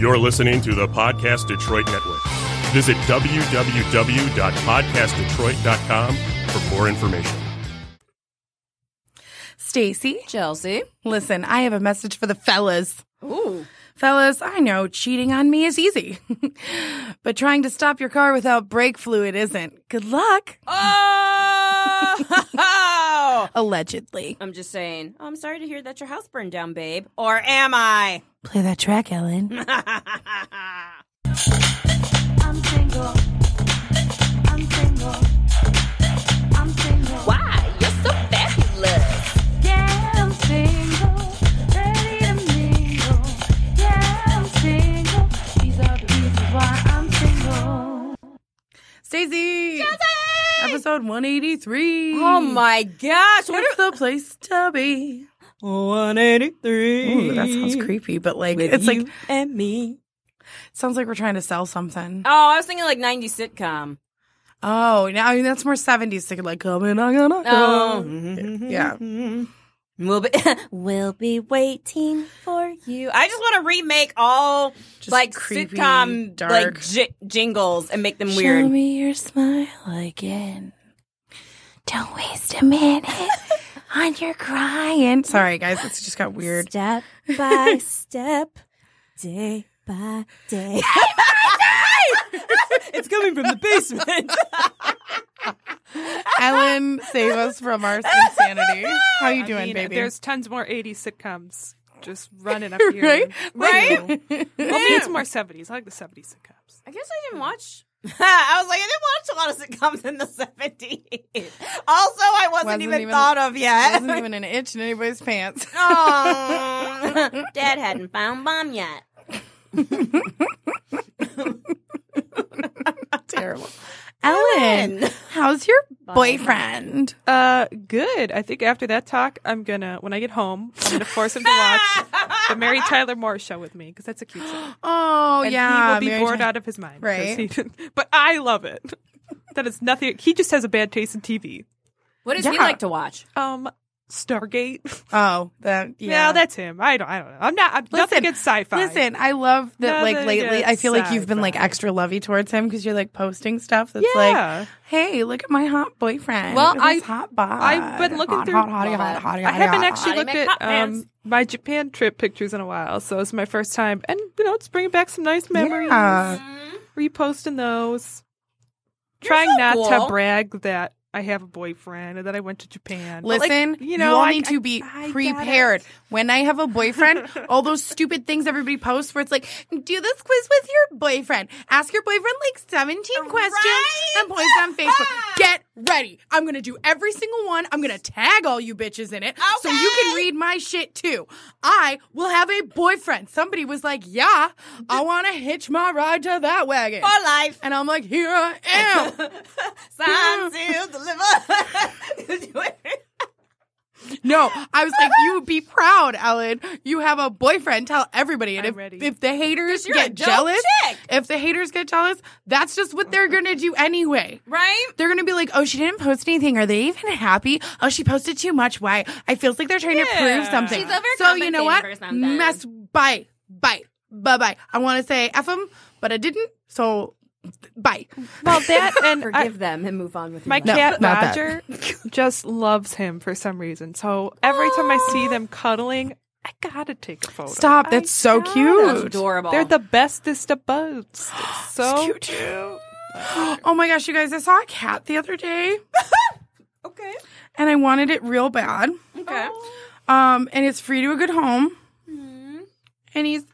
You're listening to the Podcast Detroit Network. Visit www.podcastdetroit.com for more information. Stacy, Chelsea. listen, I have a message for the fellas. Ooh. Fellas, I know cheating on me is easy, but trying to stop your car without brake fluid isn't. Good luck, Oh! allegedly. I'm just saying. I'm sorry to hear that your house burned down, babe. Or am I? Play that track, Ellen. I'm single. I'm single. I'm single. Why? You're so fabulous. Yeah, I'm single. Ready to mingle. Yeah, I'm single. These are the reasons why I'm single. Stacy, episode 183. Oh my gosh. What It's the place to be. 183. Ooh, that sounds creepy, but like, With it's you like, and me. sounds like we're trying to sell something. Oh, I was thinking like 90s sitcom. Oh, now I mean, that's more 70s. So like, come and I'm gonna Oh. Yeah. We'll be we'll be waiting for you. I just want to remake all like creepy, sitcom dark. like j- jingles and make them weird. Show me your smile again. Don't waste a minute on your crying. Sorry, guys, it's just got weird. Step by step, day by day. it's coming from the basement. Ellen, save us from our insanity. How you doing, mean, baby? There's tons more 80s sitcoms just running up here. Right? Right? well, maybe it's more 70s. I like the 70s sitcoms. I guess I didn't watch. I was like, I didn't watch a lot of sitcoms in the 70s. Also, I wasn't, Wasn't even, even- thought of yet. Wasn't even an itch in anybody's pants. Oh, Dad hadn't found mom yet. Terrible. Ellen, Ellen. how's your boyfriend? Uh, good. I think after that talk, I'm gonna, when I get home, I'm gonna force him to watch the Mary Tyler Moore show with me because that's a cute show. Oh And yeah, he will be Mary bored Jo- out of his mind. 'cause Right. he- but I love it. That is nothing. He just has a bad taste in TV. What does he Yeah. like to watch? Um, Stargate. Oh, that yeah. Yeah, that's him. I don't. I don't know. I'm not. I'm, nothing against sci-fi. Listen, I love that. like Nothing lately, I against feel like you've been like sci-fi. extra lovey towards him because you're like posting stuff that's Yeah. like, "Hey, look at my hot boyfriend. Well, Look at this I- hot bod. I've been looking hot, through- Hot, hotty, hot, Love it. hotty, I hotty, haven't hot, actually Hottie looked make at hot pants. um, my Japan trip pictures in a while, so it's my first time, and you know, it's bringing back some nice memories. Yeah. Reposting those, trying Mm-hmm. so not cool. to brag that I have a boyfriend and that I went to Japan. But, like, Listen, you, all I- need I- to be I got prepared. it. When I have a boyfriend, all those stupid things everybody posts where it's like, do this quiz with your boyfriend. Ask your boyfriend like 17 questions and post it on Facebook. Get ready. I'm going to do every single one. I'm going to tag all you bitches in it so you can read my shit too. I will have a boyfriend. Somebody was like, yeah, I want to hitch my ride to that wagon. For life. And I'm like, here I am. Sign, seal, deliver. No, I was like, you would be proud, Ellen. You have a boyfriend. Tell everybody. And I'm if, ready. if the haters you're a get dope jealous, chick. if the haters get jealous, that's just what they're going to do anyway. right? They're going to be like, oh, she didn't post anything. Are they even happy? Oh, she posted too much. Why? I feels like they're trying to prove something. She's so you know overcompensating what? for something. Mess. Bye. Bye. Bye. Bye. I want to say F 'em, but I didn't. So bye. Well, that and I- Forgive them and move on with your My life. cat not that. Roger just loves him for some reason. So every time I see them cuddling, I gotta take a photo. Stop. I That's so gotta. cute. That's adorable. They're the bestest of buds. So cute too. Oh my gosh, you guys, I saw a cat the other day okay. and I wanted it real bad. Okay. Um, and it's free to a good home. Mm-hmm. And he's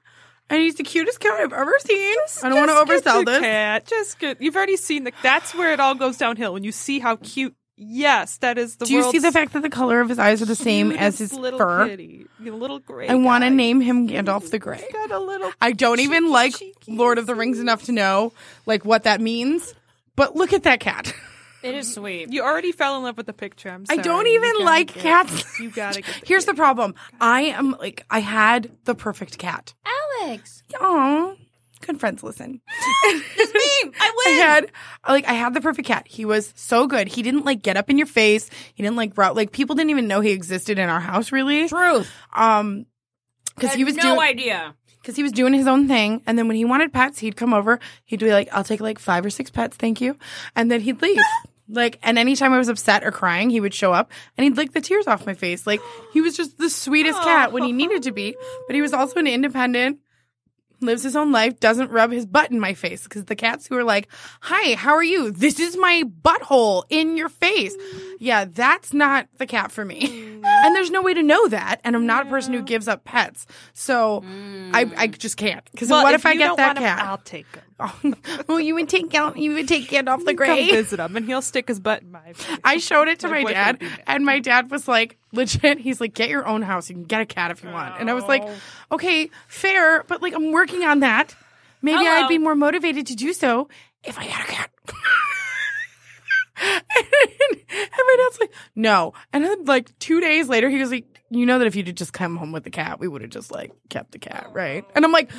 and he's the cutest cat I've ever seen. I don't want to Just get oversell the this. Cat. Just get. You've already seen the. That's where it all goes downhill when you see how cute. Yes, that is the. Do you see the world's fact that the color of his eyes are the same as cutest his little fur? Kitty, You little gray. I want to guy. name him Gandalf the Grey. He's Got a little. I don't even like Lord of the Rings enough to know like what that means, but look at that cat. It is sweet. You already fell in love with the picture. I'm I sorry. don't You even gotta like get- cats. You gotta get. The Here's the problem. I am like I had the perfect cat. Alex. Oh, good friends listen. Me. I I win. had like I had the perfect cat. He was so good. He didn't like get up in your face. He didn't like route like people didn't even know he existed in our house really. Truth. Um cuz Had he was no doing idea. because he was doing his own thing. And then when he wanted pets, he'd come over. He'd be like, I'll take like five or six pets. Thank you. And then he'd leave. Like, and anytime I was upset or crying, he would show up and he'd lick the tears off my face. Like, he was just the sweetest cat when he needed to be, but he was also an independent, lives his own life, doesn't rub his butt in my face. Cause the cats who are like, hi, how are you? This is my butthole in your face. Yeah, that's not the cat for me. and there's no way to know that. And I'm not a person who gives up pets. So I, I just can't. Cause Mm. Well, what if, I you get don't that want him, I'll cat? Oh, take him. well, you would take out, you would take it off the Come grave. visit him, and he'll stick his butt in my. Face. I showed it to my, My boyfriend dad, would be mad. and my dad was like, legit, he's like, get your own house. You can get a cat if you want. And I was Oh. like, okay, fair, but like, I'm working on that. Maybe Hello. I'd be more motivated to do so if I had a cat. and my dad's like, no. And then, like, two days later, he was like, you know that if you'd have just come home with the cat, we would have just like kept the cat, right? And I'm like,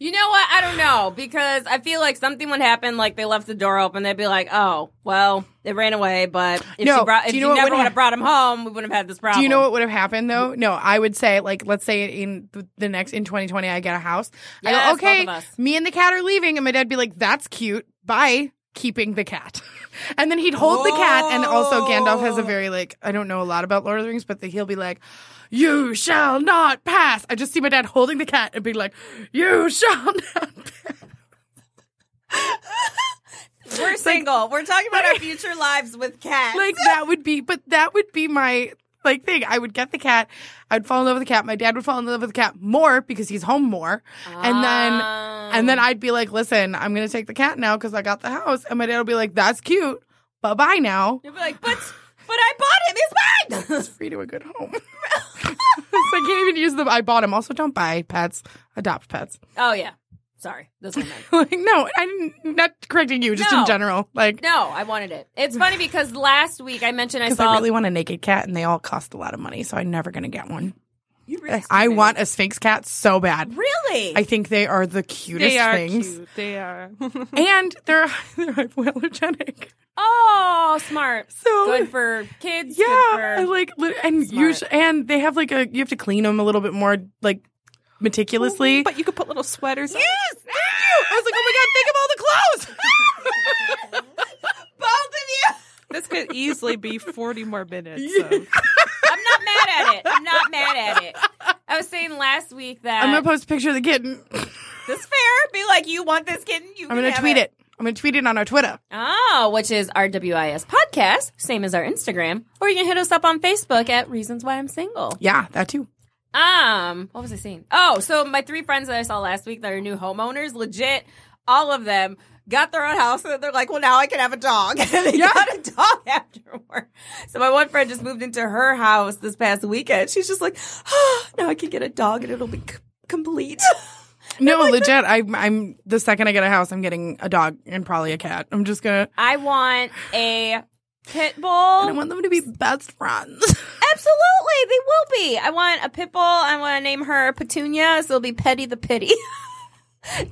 You know what? I don't know because I feel like something would happen. Like they left the door open, they'd be like, "Oh, well, it ran away." But if No, she brought, if do you you know what never would would hap- have brought him home, we wouldn't have had this problem. Do you know what would have happened though? No, I would say like let's say in th- the next in 2020 I get a house. I Yes, go, okay, both of us. me and the cat are leaving, and my dad'd be like, "That's cute. Bye." Keeping the cat, and then he'd hold the cat, and also Gandalf has a very like I don't know a lot about Lord of the Rings, but he'll be like, "You shall not pass." I just see my dad holding the cat and being like, "You shall not." pass." We're single. We're talking about our future lives with cats. like that would be but that would be my like thing i would get the cat i'd fall in love with the cat my dad would fall in love with the cat more because he's home more and then and Oh. then i'd be like listen i'm gonna take the cat now because i got the house and my dad would be like that's cute bye-bye now You'd be like, "But, but I bought him. He's mine." it's free to a good home so i can't even use them i bought them also don't buy pets adopt pets oh yeah. Sorry, that's what I meant. like no i didn't not correcting you just in No. general like No, I wanted it. It's funny because last week I mentioned I because saw. i really want a naked cat and they all cost a lot of money so i'm never gonna get one you really i want a sphinx cat so bad really. I think they are the cutest they are things. cute. They are. And they're they're hypoallergenic. oh, smart. So- good for kids. Yeah, I Good for, like li- and Smart. usually and they have like a you have to clean them a little bit more like meticulously. but you could put little sweaters. on. yes, thank you. I was like, oh my god, think of all the clothes. both of you. This could easily be forty more minutes. Of, I'm not mad at it. I'm not mad at it. I was saying last week that I'm gonna post a picture of the kitten. this fair. Be like, you want this kitten? You I'm can gonna have tweet it. I'm gonna tweet it on our Twitter. Oh, which is our WIS podcast, same as our Instagram, or you can hit us up on Facebook at Reasons Why I'm Single. Yeah, that too. Um, what was I saying? Oh, so my three friends that I saw last week that are new homeowners, legit, all of them got their own house and they're like, well, now I can have a dog. And they got a dog afterward. So my one friend just moved into her house this past weekend. She's just like, oh, now I can get a dog and it'll be c- complete. No, legit. I, I'm the second I get a house, I'm getting a dog and probably a cat. I'm just gonna. I want a pit bull. I want them to be best friends. Absolutely, they will be. I want a pit bull. I want to name her Petunia, so it'll be Petty the Pity.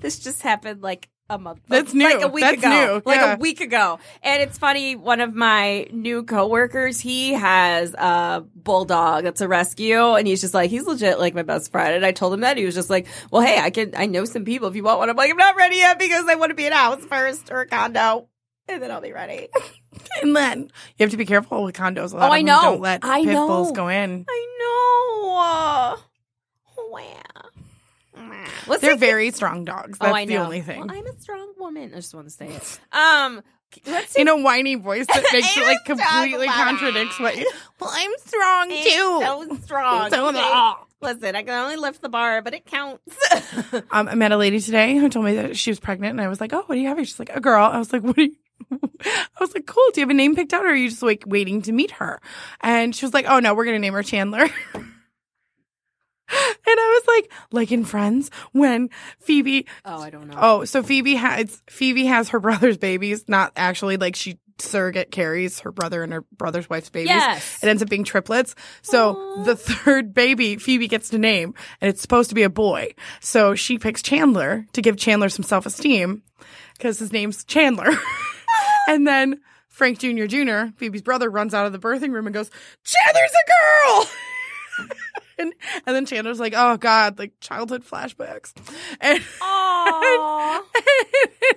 this just happened like a month. That's new. Like a week That's ago. new. Like Yeah. a week ago. And it's funny. One of my new coworkers, he has a bulldog that's a rescue, and he's just like he's legit like my best friend. And I told him that he was just like, well, hey, I can I know some people if you want one. I'm like, I'm not ready yet because I want to be in a house first or a condo. And then I'll be ready. And then you have to be careful with condos. A lot Oh, of I them know. Don't let I pit know. bulls go in. I know. Wow. Let's They're take- very strong dogs. That's oh, I know. the only thing. Well, I'm a strong woman. I just want to say it. Um, let's see. in a whiny voice that makes it like I'm a completely strong contradicts what you. Well, I'm strong I'm too. So strong. So okay? strong. Listen, I can only lift the bar, but it counts. Um, I met a lady today who told me that she was pregnant, and I was like, "Oh, what do you have?" She's like, "A girl." I was like, "What do you?" I was like, "Cool. Do you have a name picked out, or are you just like waiting to meet her?" And she was like, "Oh no, we're gonna name her Chandler." And I was like, like in Friends, when Phoebe oh, I don't know. Oh, so Phoebe has Phoebe has her brother's babies, not actually like she surrogate carries her brother and her brother's wife's babies. Yes. It ends up being triplets. So the third baby Phoebe gets to name and it's supposed to be a boy. So she picks Chandler to give Chandler some self-esteem cuz his name's Chandler. and then Frank Jr. Jr., Phoebe's brother runs out of the birthing room and goes, "Chandler's a girl." and, and then Chandler's like, oh God, like childhood flashbacks. And Aww.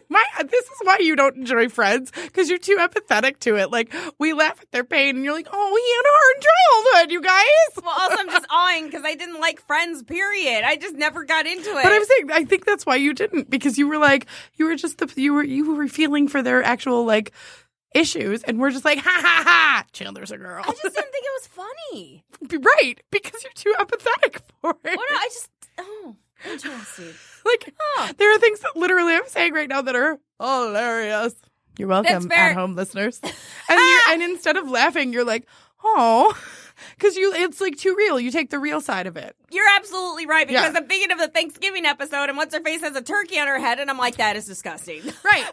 my, this is why you don't enjoy Friends because you're too empathetic to it. Like we laugh at their pain, and you're like, "Oh, he had a hard childhood, you guys." well, also I'm just awing because I didn't like Friends. Period. I just never got into it. But I'm saying, I think that's why you didn't because you were like, you were just the you were you were feeling for their actual like issues, and we're just like, ha ha ha, Chandler's a girl, I just didn't think it was funny. right? Because you're too empathetic for it. What? I just oh, interesting. like there are things that literally I'm saying right now that are hilarious. You're welcome, fair. at home listeners. And you and instead of laughing, you're like, oh, because you it's like too real. You take the real side of it. You're absolutely right because Yeah. I'm thinking of the Thanksgiving episode and what's her face has a turkey on her head and I'm like that is disgusting. Right.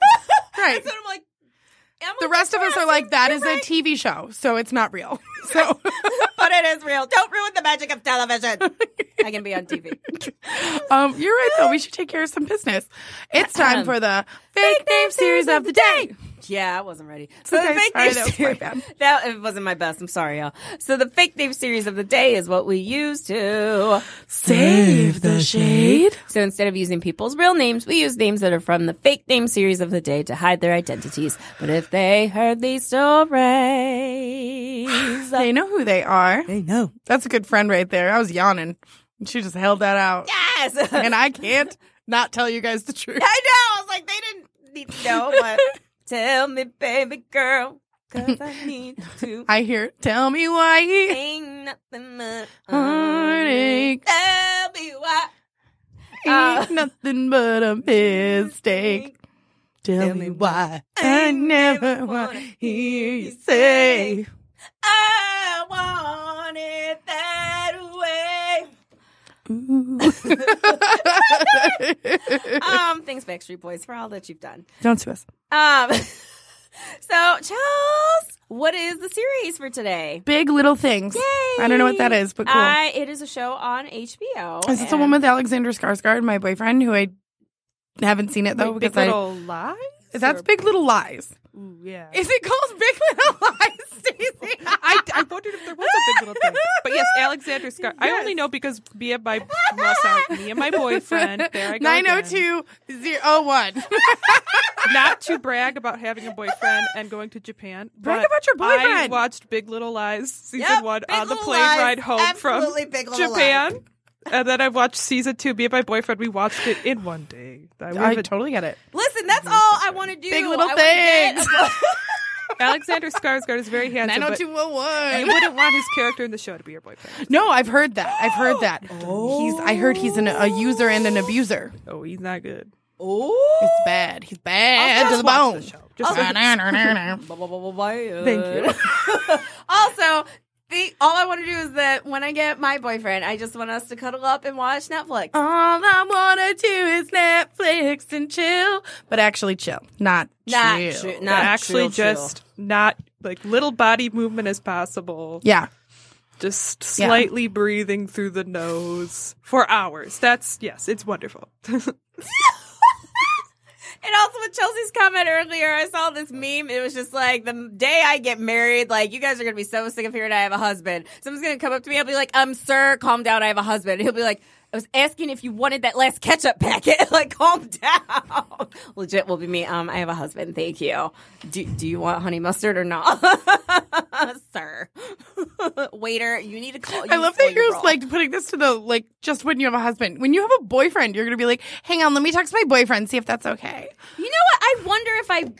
Right. so I'm like. I'm The like, rest of us yeah, are like, that is you're a right, TV show, so it's not real. So but it is real. Don't ruin the magic of television. I can be on TV. um, you're right though. We should take care of some business. It's time for the fake name series of the day. Yeah, I wasn't ready. So okay. the fake Sorry, name that was my series- bad. that- it wasn't my best. I'm sorry, y'all. So the fake name series of the day is what we use to Save the shade. So instead of using people's real names, we use names that are from the fake name series of the day to hide their identities. But if they heard these stories, They know who they are. they know. That's a good friend right there. I was yawning. and She just held that out. Yes, and I can't not tell you guys the truth. I know. I was like, they didn't need to know, but tell me, baby girl, because I need to. I hear, tell me why. Ain't nothing but Heartache. Tell me why. Ain't Uh. nothing but a mistake. Tell, me why. I never want to hear you say. I want it that way. Um, thanks, Backstreet Boys, for all that you've done. Don't sue us. Um, so Charles, what is the series for today? Big Little Things. I don't know what that is, but cool. I, it is a show on HBO. Is this the and- one with Alexander Skarsgård, my boyfriend, who I haven't seen it though Like, because big little lies? I that's or- Big Little Lies. Ooh, yeah. Is it called Big Little Lies, Stacey? I, I wondered if there was a big little thing. But yes, Alexander Scar. I only know because me and my well, sorry, me and my boyfriend. There I go. again. 90201. Not to brag about having a boyfriend and going to Japan. Brag but about your I boyfriend. watched Big Little Lies season Yep, one Big on the Little plane Lies, ride home from absolutely Big Little Japan. And then I watched season two. Me and my boyfriend, we watched it in one day. I I would've- totally get it. Listen, that's all I want to do. Big Little I wanna get Things. a- Alexander Skarsgård is very handsome. but I 90201. wouldn't want his character in the show to be your boyfriend. No, I've heard that. I've heard that. He's I heard he's an, a user and an abuser. Oh, he's not good. He's bad. He's bad to the Watch bone. Oh, the show. Just Na, na, na, na, na. Thank you. also, the all I want to do is that when I get my boyfriend, I just want us to cuddle up and watch Netflix. All I wanna do is Netflix and chill, but actually chill, not Not chill. chill, But not actually chill, chill. just not like little body movement as possible. Yeah, Just Yeah. slightly breathing through the nose for hours. That's yes, it's wonderful. And also with Chelsea's comment earlier, I saw this meme. It was just like the day I get married, like you guys are gonna be so sick of hearing I have a husband. Someone's gonna come up to me. I'll be like, "Um, sir, calm down. I have a husband." He'll be like, "I was asking if you wanted that last ketchup packet. like, calm down." Legit will be me. Um, I have a husband. Thank you. Do Do you want honey mustard or not, sir? Waiter, you need to call. I you love fill that you're role. like putting this to the like just when you have a husband. When you have a boyfriend, you're gonna be like, "Hang on, let me talk to my boyfriend, see if that's okay." you know what? I wonder if I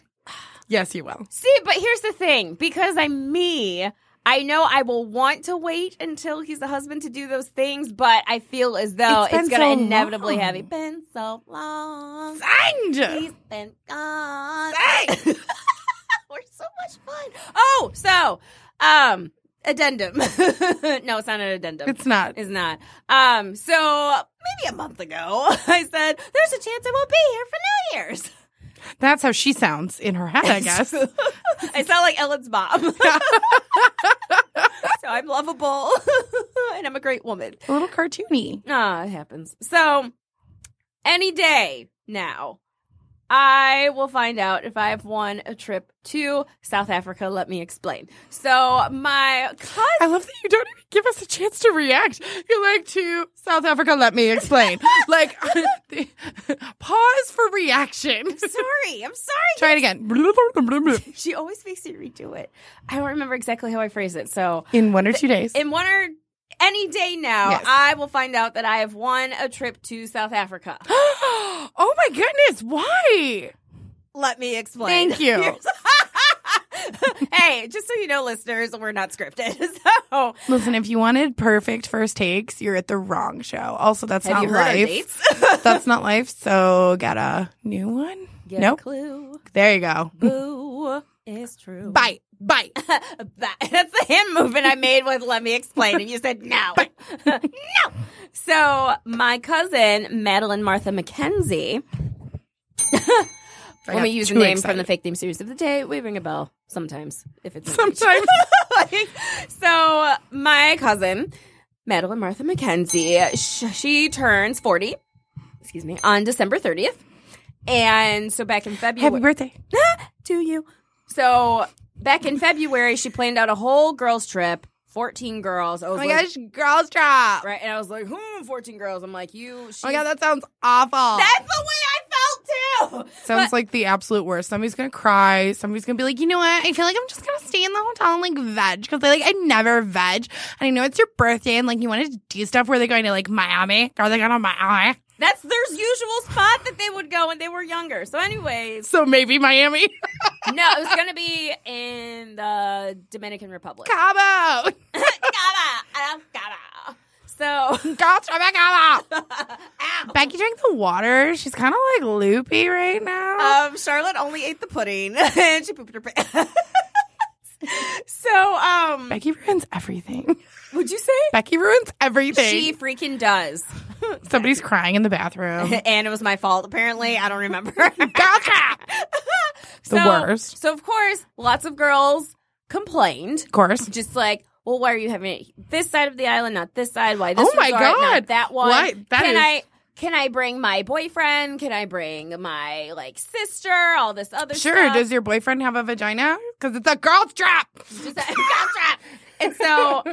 Yes, you will. See, but here's the thing because I'm me, I know I will want to wait until he's the husband to do those things, but I feel as though It's it's, been going to so inevitably long. have it been so long. He's And been gone. We're so much fun. Oh, so, um, addendum. no, it's not an addendum. it's not. It's not. Um, so maybe a month ago, I said, there's a chance I won't be here for New Year's. That's how she sounds in her head, I guess. I sound like Ellen's mom. so I'm lovable and I'm a great woman. a little cartoony. Ah, it happens. So any day now, I will find out if I've won a trip to South Africa. Let me explain. So my cousin. I love that you don't even give us a chance to react. You're like, to South Africa, let me explain. like, the- pause for reaction. sorry, I'm sorry. Try it again. She always makes me redo it. I don't remember exactly how I phrase it. So In one or two days. in one or any day now, Yes. I will find out that I have won a trip to South Africa. oh my goodness, why? Let me explain. Thank you. hey, just so you know, listeners, we're not scripted. So Listen, if you wanted perfect first takes, you're at the wrong show. Also, that's have not you heard our life. dates? that's not life. So, got a new one? Get nope. a clue. There you go. Boo is true. Bye. Bye. That- That's the hand movement I made with "Let me explain," and you said no, no. So my cousin Madeline Martha McKenzie. I When we got use a too name from excited. the fake theme series of the day, we ring a bell sometimes if it's Sometimes. like, so my cousin Madeline Martha McKenzie, sh- she turns forty. Excuse me, on December thirtieth, and so back in February, Happy birthday. to you. So back in February, she planned out a whole girls trip, fourteen girls. I was Oh like, girls drop. Oh right, and I was like, hmm, fourteen girls. I'm like, you. She, Oh my god, that sounds awful. that's the way I felt too. Sounds like the absolute worst. Somebody's gonna cry. Somebody's gonna be like, you know what? I feel like I'm just gonna stay in the hotel and like veg because I like I never veg. And I know it's your birthday and like you wanted to do stuff. Were they going to like Miami? Are they going to Miami? That's their usual spot that they would go when they were younger. So, anyways, So maybe Miami, no, it was gonna be in the Dominican Republic. Cabo, Gaba, ah, gaba. So, girls from Cabo. ow. Becky drank the water. She's kind of like loopy right now. Um, Charlotte only ate the pudding and she pooped her pants. so, um, Becky ruins everything. would you say Becky ruins everything. she freaking does? Somebody's crying in the bathroom. and it was my fault. Apparently, I don't remember. Girls trip. The worst. So, of course, lots of girls complained. Of course. just like, well, why are you having it this side of the island, not this side? Why this? Oh my resort, not God. that one. Why? That can is- I? Can I bring my boyfriend? Can I bring my like sister? All this other Sure. stuff. Does your boyfriend have a vagina? Because it's a girl's trap. Just a- Girl trap. And so,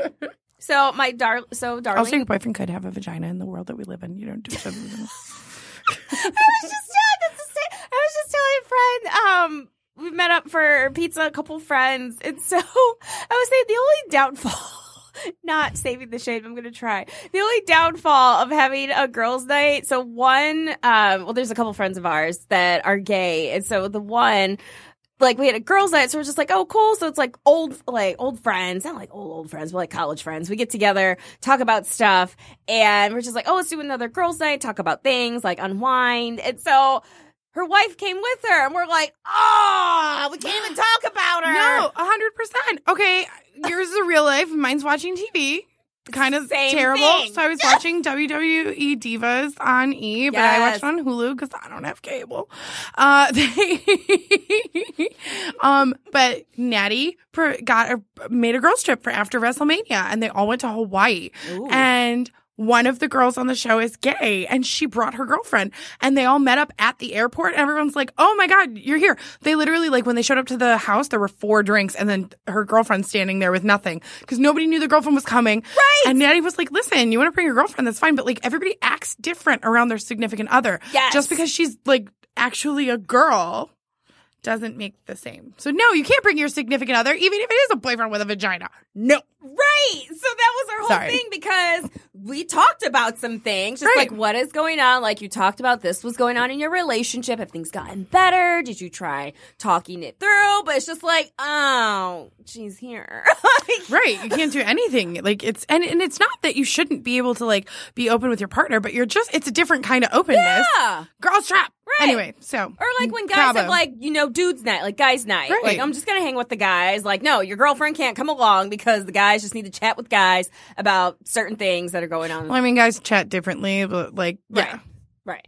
so my dar, so darling, Also, your boyfriend could have a vagina in the world that we live in. You don't do something. I was just yeah, that's the same. I was just telling a friend. Um, we met up for pizza, a couple friends, and so I was saying the only downfall. Not saving the shade, but I'm gonna try. The only downfall of having a girls' night. So one, um, well, there's a couple friends of ours that are gay, and so the one, like, we had a girls' night, so we're just like, oh, cool. So it's like old, like old friends, not like old old friends, but like college friends. We get together, talk about stuff, and we're just like, oh, let's do another girls' night, talk about things, like unwind. And so her wife came with her, and we're like, oh, we can't even talk about her. no, hundred percent. Okay, yours is real life. Mine's watching TV. Kind of Same terrible. thing. So I was watching WWE Divas on E, but I watched Yes. it on Hulu because I don't have cable. Uh, they- um, but Natty pro- got a, made a girls trip for after WrestleMania, and they all went to Hawaii. and one of the girls on the show is gay and she brought her girlfriend and they all met up at the airport and everyone's like oh my god you're here they literally like when they showed up to the house there were four drinks and then her girlfriend standing there with nothing because nobody knew the girlfriend was coming right and natty was like listen you want to bring your girlfriend that's fine but like everybody acts different around their significant other Yes. just because she's like actually a girl doesn't make the same so no you can't bring your significant other even if it is a boyfriend with a vagina no Right. So that was our whole Sorry. thing because we talked about some things, just Right. like what is going on. Like you talked about this was going on in your relationship. Have things gotten better? Did you try talking it through? But it's just like, oh, she's here. Like, Right. You can't do anything. Like it's and, and it's not that you shouldn't be able to like be open with your partner, but you're just it's a different kind of openness. yeah. Girls trap. Right. Anyway, so Or like when guys Cabo. have like, you know, dudes night, like guys night. Right. Like I'm just gonna hang with the guys. Like, no, your girlfriend can't come along because the guys just need to chat with guys about certain things that are going on. Well, I mean guys chat differently, but like yeah. Right. right.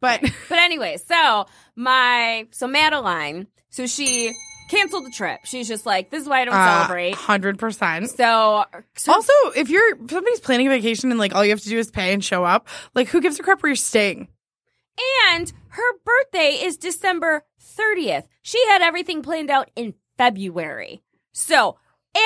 But But anyway, so my so Madeline, so she canceled the trip. She's just like, this is why I don't celebrate. uh, hundred percent. So, so Also, if you're if somebody's planning a vacation and like all you have to do is pay and show up, like who gives a crap where you're staying? And her birthday is December 30th. She had everything planned out in February. So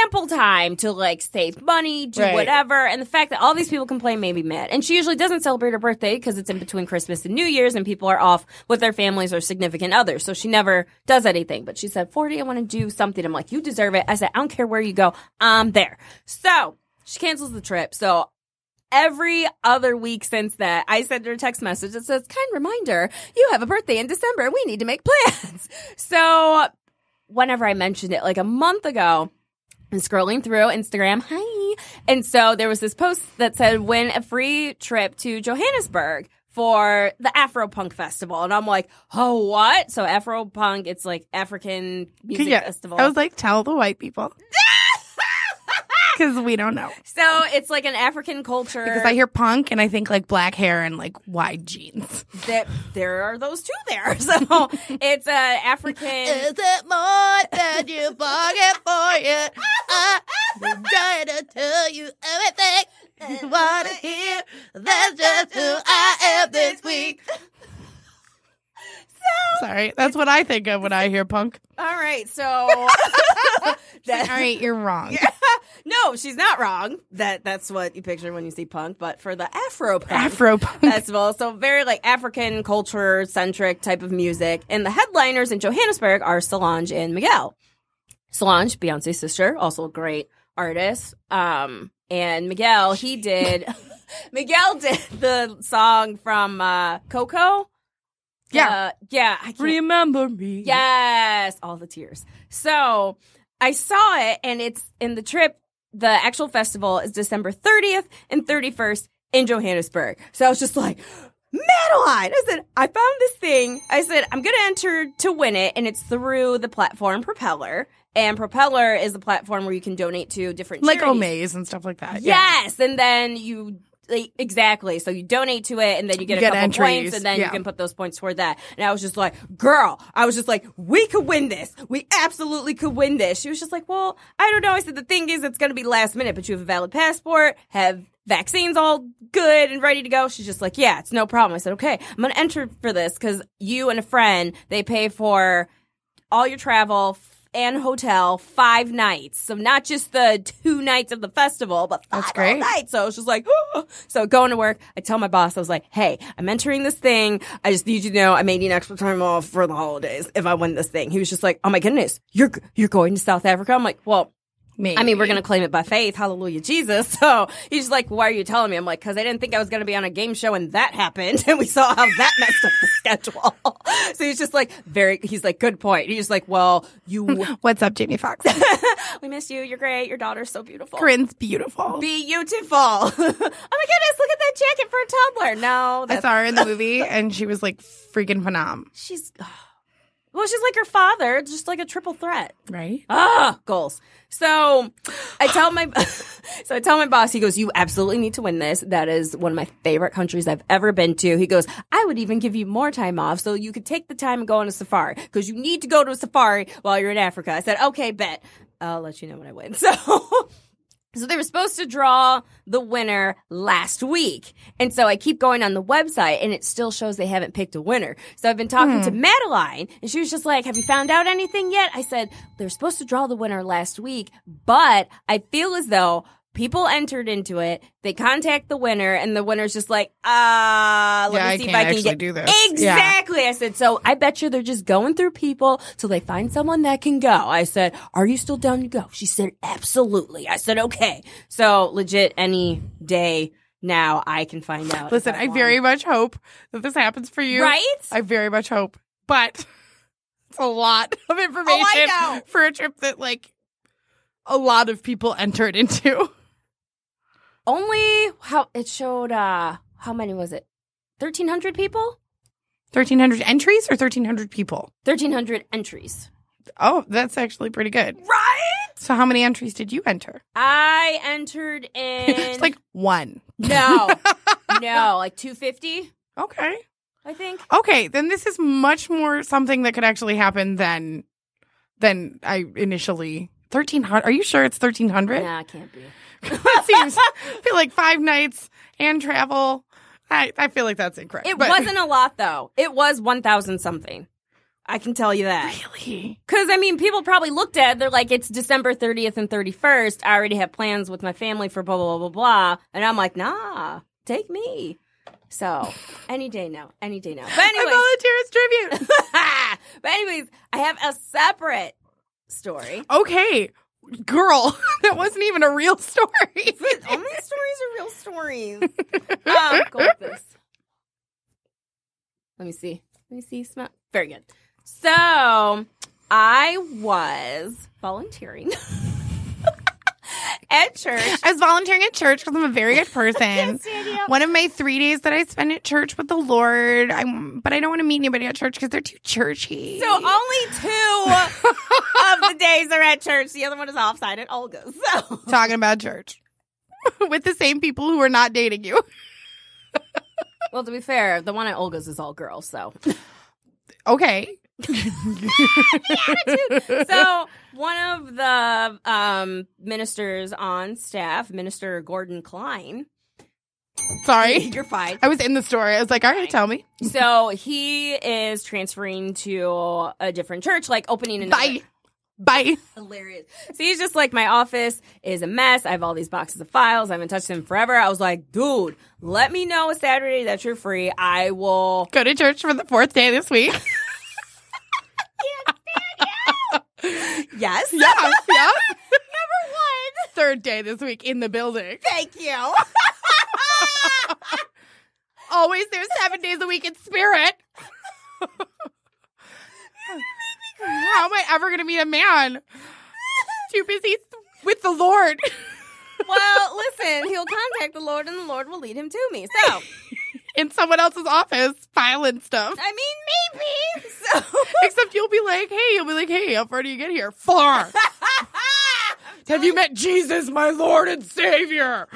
ample time to like save money, do Right. whatever. And the fact that all these people complain made me mad. And she usually doesn't celebrate her birthday because it's in between Christmas and New Year's and people are off with their families or significant others. So she never does anything. But she said, 40, I want to do something. I'm like, you deserve it. I said, I don't care where you go. I'm there. So she cancels the trip. So every other week since that, I send her a text message that says, kind reminder, you have a birthday in December. We need to make plans. So whenever I mentioned it, like a month ago, and scrolling through Instagram, hi. And so there was this post that said, win a free trip to Johannesburg for the Afro Punk Festival. And I'm like, oh, what? So Afro Punk, it's like African music Yeah. festival. I was like, tell the white people. Because we don't know. so it's like an African culture. Because I hear punk and I think like black hair and like wide jeans. that there are those two there. So it's a African. it more than you bargained for it? I'm trying to tell you everything you want to hear. That's just who I am this week. Sorry, that's what I think of when I hear punk. All right, so All right, you're wrong. no, she's not wrong. That that's what you picture when you see punk, but for the Afro punk. Afro punk. festival. So very like African culture centric type of music. And the headliners in Johannesburg are Solange and Miguel. Solange, Beyonce's sister, also a great artist. Um, and Miguel, he did Miguel did the song from uh Coco. Yeah. Uh, yeah. I can't- Remember me. Yes, all the tears. So I saw it, and it's in the trip. The actual festival is December 30th and 31st in Johannesburg. So I was just like, Madeline, I said, I found this thing. I said, I'm going to enter to win it, and it's through the platform Propeller. And Propeller is the platform where you can donate to different Like charities. Omaze and stuff like that. Yeah. Yes, and then you like, exactly. So you donate to it, and then you get a Get couple entries, points, and then yeah. you can put those points toward that. And I was just like, "Girl," I was just like, "We could win this. We absolutely could win this." She was just like, "Well, I don't know." I said, "The thing is, it's going to be last minute, but you have a valid passport, have vaccines all good and ready to go." She's just like, "Yeah, it's no problem." I said, "Okay, I'm going to enter for this because you and a friend they pay for." all your travel f- and hotel five nights. So not just the two nights of the festival, but five That's great. whole nights. So I was just like, so going to work, I tell my boss, I was like, hey, I'm entering this thing. I just need you to know I may need extra time off for the holidays if I win this thing. He was just like, oh my goodness, you're g- you're going to South Africa. I'm like, well. Maybe. I mean, we're going to claim it by faith. Hallelujah, Jesus. So he's like, why are you telling me? I'm like, because I didn't think I was going to be on a game show and that happened. And we saw how that messed up the schedule. so he's just like, very, he's like, good point. He's like, well, you, What's up, Jamie Foxx? we miss you. You're great. Your daughter's so beautiful. Corinne's beautiful. Beautiful. oh my goodness, look at that jacket for a toddler. No, I that's, saw her in the movie and she was like freaking phenom. she's, well, she's like her father, just like a triple threat. Right? Ah, goals. So I tell my so I tell my boss, he goes, You absolutely need to win this. That is one of my favorite countries I've ever been to. He goes, I would even give you more time off so you could take the time and go on a safari. Because you need to go to a safari while you're in Africa. I said, Okay, bet. I'll let you know when I win. So So they were supposed to draw the winner last week. And so I keep going on the website and it still shows they haven't picked a winner. So I've been talking Hmm. to Madeline and she was just like, have you found out anything yet? I said, they're supposed to draw the winner last week, but I feel as though people entered into it. They contact the winner and the winner's just like, ah, let Yeah, me I see can't if I can actually get do this. Yeah. Exactly. I said, so I bet you they're just going through people till they find someone that can go. I said, are you still down to go? She said, absolutely. I said, okay. So legit any day now I can find out. if Listen, I won. very much hope that this happens for you. Right? I very much hope. But it's a lot of information Oh, know. for a trip that like a lot of people entered into. Only how it showed, uh, how many was it? 1300 people? 1300 entries or 1300 people? 1300 entries. Oh, that's actually pretty good. Right? So how many entries did you enter? I entered in. It's like one. no, no, like 250, Okay. I think. Okay, then this is much more something that could actually happen than than I initially 1300 Are you sure it's 1300? Nah, it can't be. that seems I feel like five nights and travel I, I feel like that's incorrect. It but- wasn't a lot though. It was 1,000 something. I can tell you that. really. Because, I mean, people probably looked at it. They're like, it's December 30th and 31st. I already have plans with my family for blah, blah, blah, blah, blah. And I'm like, nah, take me. So, any day now. Any day now. But, A anyways, volunteer's tribute. but anyways, I have a separate story. okay, girl, that wasn't even a real story. All my stories are real stories. um, go with this. Let me see. Let me see. Smell. Very good. So I was volunteering at church. I was volunteering at church because I'm a very good person. Danielle. One of my three days that I spent at church with the Lord, I'm, but I don't want to meet anybody at church because they're too churchy. So only two of the days are at church. The other one is offside at Olga's. So talking about church with the same people who are not dating you. well, to be fair, the one at Olga's is all girls. So Okay. so one of the um, ministers on staff, Minister Gordon Klein, Sorry. you're fine. I was in the story. I was like, all right, tell me. So he is transferring to a different church, like opening another. Bye. Bye. Hilarious. So he's just like, my office is a mess. I have all these boxes of files. I haven't touched them forever. I was like, dude, let me know a Saturday that you're free. I will. Go to church for the fourth day this week. Yes. Yeah. yeah. Number one. Third day this week in the building. Thank you. Always there seven days a week in spirit. How am I ever going to meet a man? Too busy with the Lord. well, listen, he'll contact the Lord and the Lord will lead him to me. So. in someone else's office filing stuff. I mean, maybe. So Except you'll be like, hey, you'll be like, hey, how far do you get here? Far. Have you met Jesus, my Lord and Savior?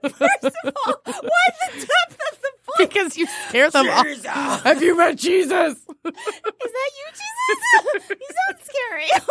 first of all, why the depth of the book? Because you scare them off. Jesus. Have you met Jesus? Is that you, Jesus? you sound scary.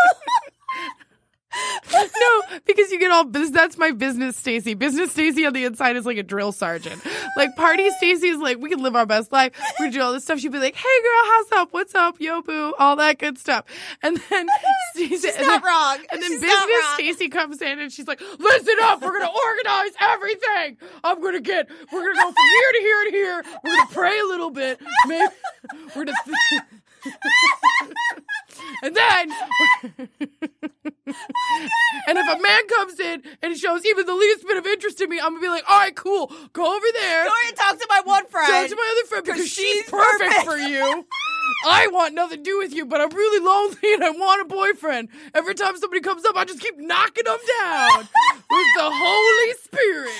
no, because you get all bus That's my business, Stacy. Business Stacy on the inside is like a drill sergeant. Like party Stacy is like, we can live our best life. We can do all this stuff. She'd be like, hey girl, how's up? What's up? Yo boo, all that good stuff. And then Stacy, and then- not wrong. And then She's not business wrong. Stacy comes in and she's like, listen up, we're gonna organize everything. I'm gonna get, we're gonna go from here to here to here. We're gonna pray a little bit. Maybe we're gonna. and then, and if a man comes in and shows even the least bit of interest in me, I'm gonna be like, all right, cool, go over there. Gloria talked to my one Talk friend. to my other friend because Because she's, she's perfect, perfect. for you. I want nothing to do with you, but I'm really lonely and I want a boyfriend. Every time somebody comes up, I just keep knocking them down with the Holy Spirit.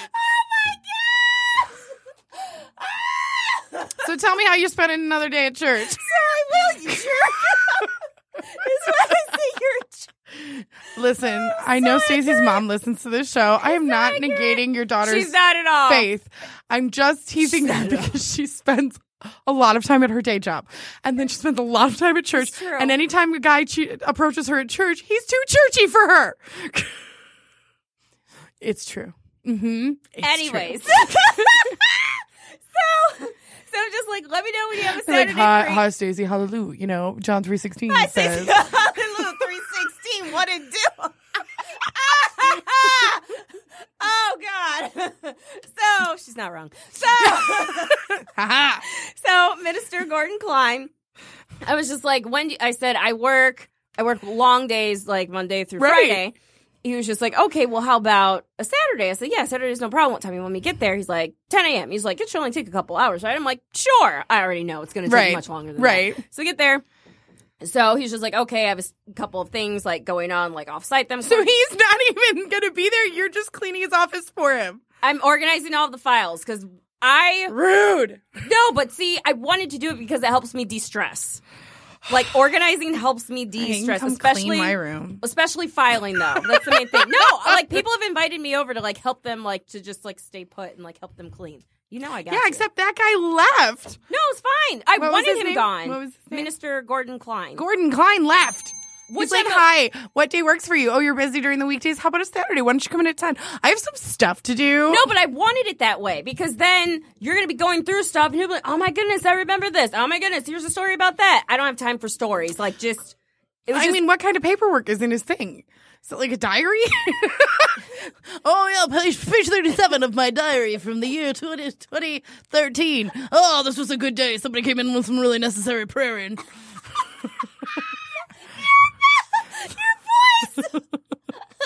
So tell me how you're spending another day at church. I will, you jerk. That's why I say you're a jerk. Listen, I know Stacey's mom listens to this show. I am not negating your daughter's She's not at all. faith. I'm just teasing her because she spends a lot of time at her day job, and then she spends a lot of time at church. true. And anytime a guy che- approaches her at church, he's too churchy for her. it's true. Mm-hmm. It's true. Anyways. so, so I'm just like, let me know when you have a They're like Saturday hi, free. hi, Stacey, hallelujah. You know, John three sixteen I said, says. Hallelujah 316, what it do? oh, God. So, she's not wrong. So, Ha so Minister Gordon Klein, I was just like, when do I said, I work, I work long days, like Monday through Right. Friday. He was just like, okay, well, how about a Saturday? I said, yeah, Saturday's no problem. What time you want me to get there? He's like, 10 a.m. He's like, it should only take a couple hours, right? I'm like, sure. I already know it's going to take Right. much longer than Right. that. So I get there. So he's just like, okay, I have a s- couple of things like going on, like offsite them. So he's not even gonna be there. You're just cleaning his office for him. I'm organizing all the files because I Rude. No, but see, I wanted to do it because it helps me de-stress. Like organizing helps me de-stress, especially room. especially filing though. That's the main thing. No, like people have invited me over to like help them like to just like stay put and like help them clean. You know I got Yeah, you. except that guy left. No, it's fine. I What was wanted his him name? gone. What was his name? Minister Gordon Klein. Gordon Klein left. He's Which like, I don't- hi, what day works for you? Oh, you're busy during the weekdays? How about a Saturday? Why don't you come in at 10? I have some stuff to do. No, but I wanted it that way because then you're going to be going through stuff and you'll be like, oh my goodness, I remember this. Oh my goodness, here's a story about that. I don't have time for stories. Like, just. It was I just, mean, what kind of paperwork is in his thing? Is it like a diary? oh, yeah, page, page 37 of my diary from the year 20, 2013. Oh, this was a good day. Somebody came in with some really necessary prayer in.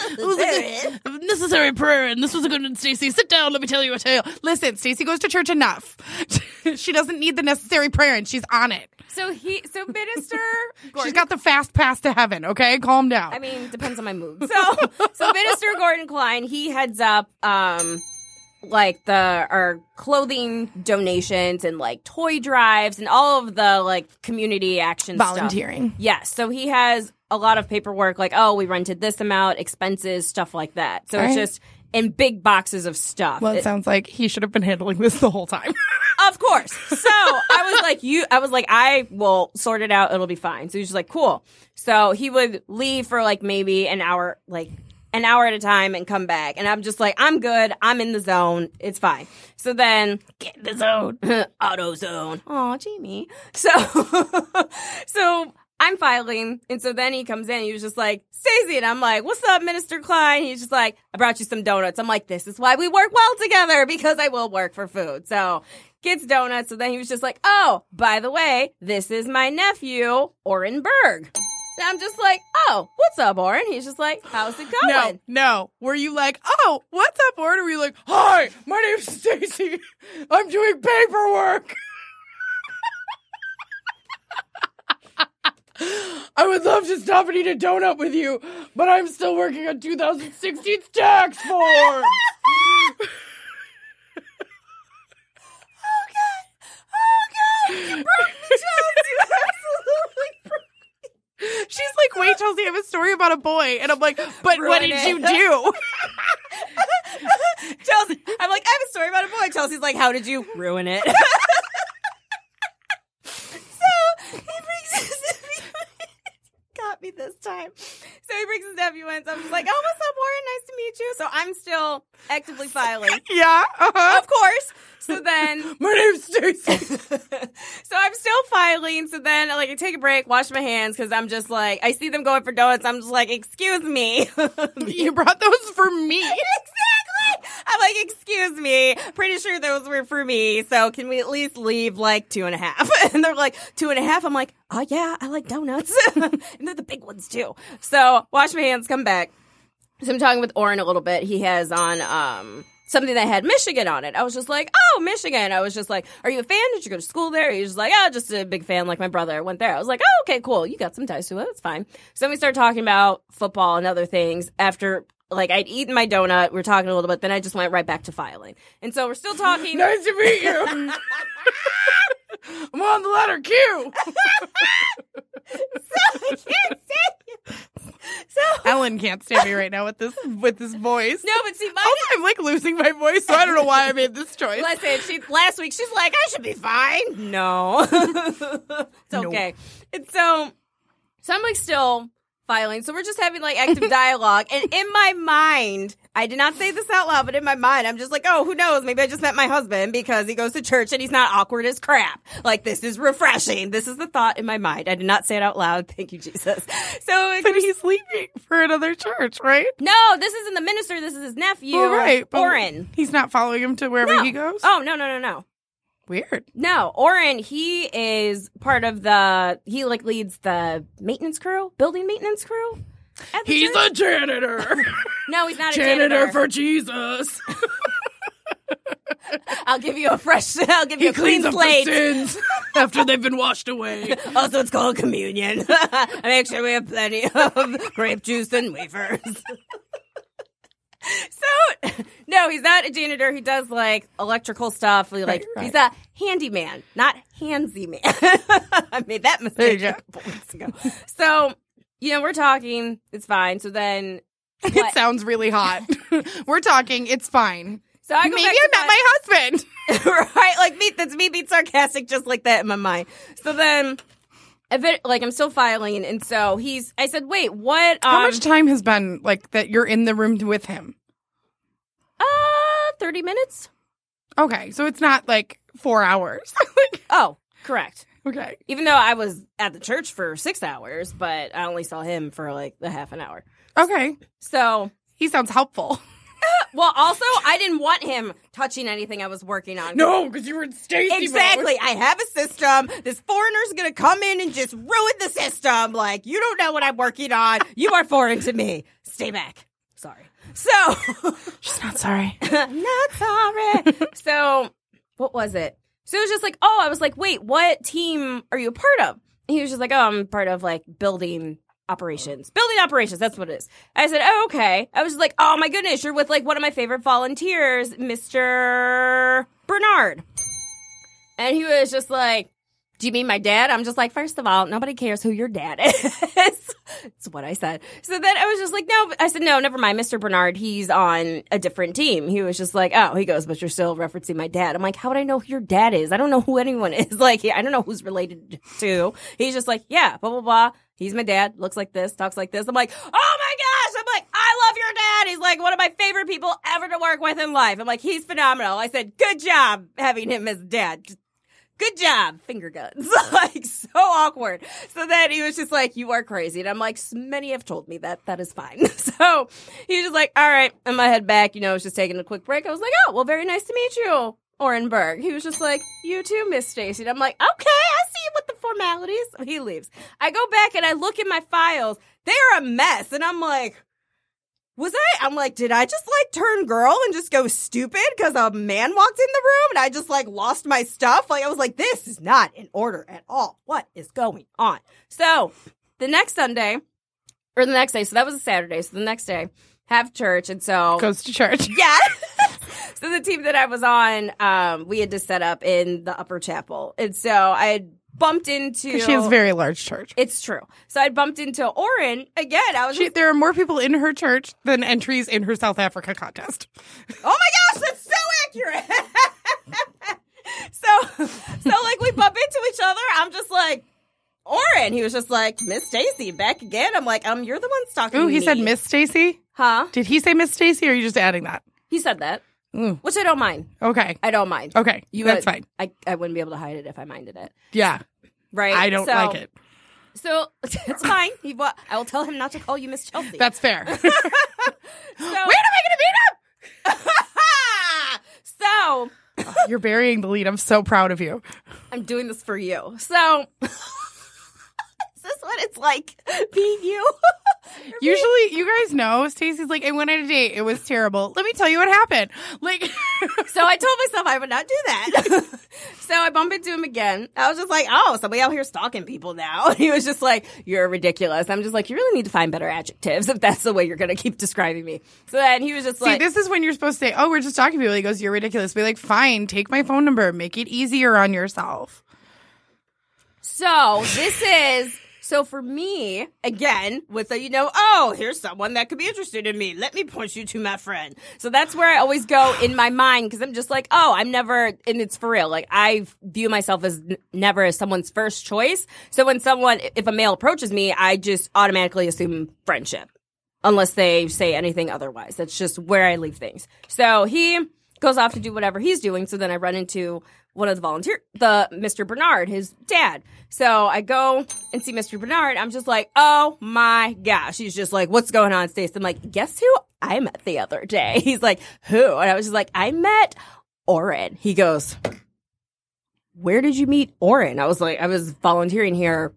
It was a good- necessary prayer in. This was a good one, Stacey. Sit down. Let me tell you a tale. Listen, Stacey goes to church enough. she doesn't need the necessary prayer in. She's on it. so he, so minister, Gordon, She's got the fast pass to heaven, okay? Calm down. I mean, depends on my mood. So, so Minister Gordon Klein, he heads up, um, like the our clothing donations and like toy drives and all of the like community action stuff. Volunteering. Yes. So he has a lot of paperwork, like oh, we rented this amount, expenses, stuff like that. So All it's right. just in big boxes of stuff. Well, it It- sounds like he should have been handling this the whole time. of course. So I was like, you, I was like, I will sort it out. It'll be fine. So he's just like, cool. So he would leave for like maybe an hour, like an hour at a time and come back. And I'm just like, I'm good. I'm in the zone. It's fine. So then get in the zone, auto zone. Oh, Jamie. So, so. I'm filing. And so then he comes in and he was just like, Stacey. And I'm like, what's up, Minister Klein? He's just like, I brought you some donuts. I'm like, this is why we work well together because I will work for food. So gets donuts. So then he was just like, oh, by the way, this is my nephew, Oren Berg. And I'm just like, oh, what's up, Oren? He's just like, how's it going? No, no. Were you like, oh, what's up, Or Were you like, hi, my name's Stacy. I'm doing paperwork. I would love to stop and eat a donut with you, but I'm still working on 2016 tax forms. She's like, wait, Chelsea, I have a story about a boy. And I'm like, but what Ruin did it. you do? Chelsea, I'm like, I have a story about a boy. Chelsea's like, how did you ruin it? so he brings his nephew. Got me this time. So he brings his nephew in. So I'm just like, oh, what's up, Warren? Nice to meet you. So I'm still actively filing, yeah, uh-huh. of course. So then My name's Stacy. so I'm still filing. So then, like, I take a break, wash my hands, because I'm just like, I see them going for donuts. I'm just like, excuse me. you brought those for me. exactly. I'm like, excuse me. Pretty sure those were for me. So can we at least leave like two and a half? And they're like, two and a half. I'm like, oh yeah, I like donuts. and they're the big ones too. So wash my hands, come back. So I'm talking with Oren a little bit. He has on um something that had Michigan on it. I was just like, oh, Michigan. I was just like, are you a fan? Did you go to school there? He was just like, oh, just a big fan. Like my brother went there. I was like, oh, okay, cool. You got some ties to it. That's fine. So then we started talking about football and other things after. Like I'd eaten my donut, we were talking a little bit, then I just went right back to filing, and so we're still talking. Nice to meet you. I'm on the letter Q. So- Ellen can't stand me right now with this with this voice. no, but see, my Also, I'm like losing my voice, so I don't know why I made this choice. Listen, she last week she's like, I should be fine. No, it's okay. And so, so I'm like still filing. So we're just having like active dialogue, and in my mind, I did not say this out loud, but in my mind, I'm just like, oh, who knows? Maybe I just met my husband because he goes to church and he's not awkward as crap. Like this is refreshing. This is the thought in my mind. I did not say it out loud. Thank you, Jesus. So like, but we're he's leaving for another church, right? no, this isn't the minister. This is his nephew, Well, right, but Oren. He's not following him to wherever No. he goes. Oh no, no, no, no. Weird. No, Oren, he is part of the he like leads the maintenance crew, building maintenance crew. at the He's church? a janitor. no, he's not a janitor. janitor for Jesus. I'll give you a fresh. I'll give you He a clean cleans up the slate. sins after they've been washed away. Also, it's called communion. I make sure we have plenty of grape juice and wafers. so, no, he's not a janitor. He does like electrical stuff. He, like Right, he's a handyman, not handsy man. I made that mistake There you a go. couple weeks ago. So, you know, we're talking. It's fine. So then, It sounds really hot. We're talking. It's fine. so I go Maybe back I to met my husband. right? Like me, that's me being sarcastic, just like that in my mind. So then event- like I'm still filing, and so he's. I said, wait, what? Um, How much time has been like that you're in the room with him? Uh, thirty minutes. Okay, so it's not like four hours. Like, Oh, correct. okay. Even though I was at the church for six hours, but I only saw him for like the half an hour. Okay. So He sounds helpful. Well, also, I didn't want him touching anything I was working on. No, because you were in Stacy. mode. Exactly. I have a system. This foreigner's going to come in and just ruin the system. Like, you don't know what I'm working on. You are foreign to me. Stay back. Sorry. So, She's not sorry. not sorry. so, what was it? So it was just like, oh, I was like, wait, what team are you a part of? And he was just like, oh, I'm part of like building operations. Building operations, that's what it is. I said, oh, okay. I was just like, oh my goodness, you're with like one of my favorite volunteers, Mr. Bernard. And he was just like, do you mean my dad? I'm just like, first of all, nobody cares who your dad is. It's what I said. So then I was just like, no, I said, no, never mind. Mr. Bernard, he's on a different team. He was just like, oh, he goes, but you're still referencing my dad. I'm like, how would I know who your dad is? I don't know who anyone is. Like, I don't know who's related to. He's just like, yeah, blah, blah, blah. He's my dad. Looks like this, talks like this. I'm like, oh my gosh. I'm like, I love your dad. He's like one of my favorite people ever to work with in life. I'm like, he's phenomenal. I said, good job having him as dad good job, finger guns. like, so awkward. So then he was just like, you are crazy. And I'm like, "S- many have told me that. That is fine. so he was just like, all right. And my head back, you know, I was just taking a quick break. I was like, oh, well, very nice to meet you, Orenberg. He was just like, you too, Miss Stacy. And I'm like, okay, I see you with the formalities. He leaves. I go back and I look in my files. They are a mess. And I'm like, was I? I'm like, did I just like turn girl and just go stupid because a man walked in the room and I just like lost my stuff? Like, I was like, this is not in order at all. What is going on? So the next Sunday, or the next day, so that was a Saturday. So the next day, have church. And so Goes to church. yeah. so the team that I was on, um, we had to set up in the upper chapel. And so I had bumped into. She has a very large church. It's true. So I bumped into Oren again. I was She, there are more people in her church than entries in her South Africa contest. Oh my gosh, that's so accurate. so, so like we bump into each other. I'm just like, Oren. He was just like, Miss Stacy, back again. I'm like, um, you're the one stalking. Ooh, he me. said Miss Stacy. Huh? Did he say Miss Stacy, or are you just adding that? He said that, Ooh. which I don't mind. Okay. I don't mind. Okay. You That's would- fine. I, I wouldn't be able to hide it if I minded it. Yeah. Right? I don't So- like it. So it's fine. He, wa- I will tell him not to call you Miss Chelsea. That's fair. Where am I going to so meet him? You're burying the lead. I'm so proud of you. I'm doing this for you. So is this what it's like being you? Usually, you guys know Stacy's like, I went on a date. It was terrible. Let me tell you what happened. Like, So I told myself I would not do that. so I bumped into him again. I was just like, oh, somebody out here stalking people now. he was just like, you're ridiculous. I'm just like, you really need to find better adjectives if that's the way you're going to keep describing me. So then he was just see, like, this is when you're supposed to say, "Oh, we're just talking to people." He goes, "You're ridiculous." Be like, "Fine, take my phone number. Make it easier on yourself." so this is. So for me, again, with a, you know, oh, here's someone that could be interested in me. Let me point you to my friend. So that's where I always go in my mind because I'm just like, oh, I'm never, and it's for real. Like I view myself as n- never as someone's first choice. So when someone, if a male approaches me, I just automatically assume friendship unless they say anything otherwise. That's just where I leave things. So he goes off to do whatever he's doing. So then I run into one of the volunteer, the Mr. Bernard, his dad. So I go and see Mr. Bernard. I'm just like, oh my gosh. He's just like, what's going on, Stace? I'm like, guess who I met the other day? He's like, who? And I was just like, I met Oren. He goes, where did you meet Oren? I was like, I was volunteering here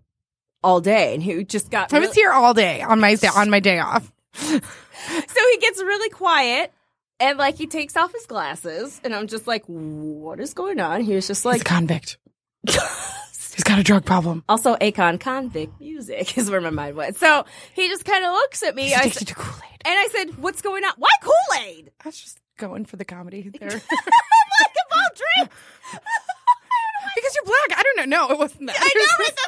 all day and he just got I was here all day on my on my day off. So he gets really quiet and like he takes off his glasses and I'm just like, what is going on? He was just He's a like convict. He's got a drug problem. Also Akon convict music is where my mind went. So he just kinda looks at me He's I s- addicted to Kool Aid. and I said, What's going on? Why Kool-Aid? I was just going for the comedy there Like of all drinks. because you're black. I don't know. No, it wasn't that. I know, right? That's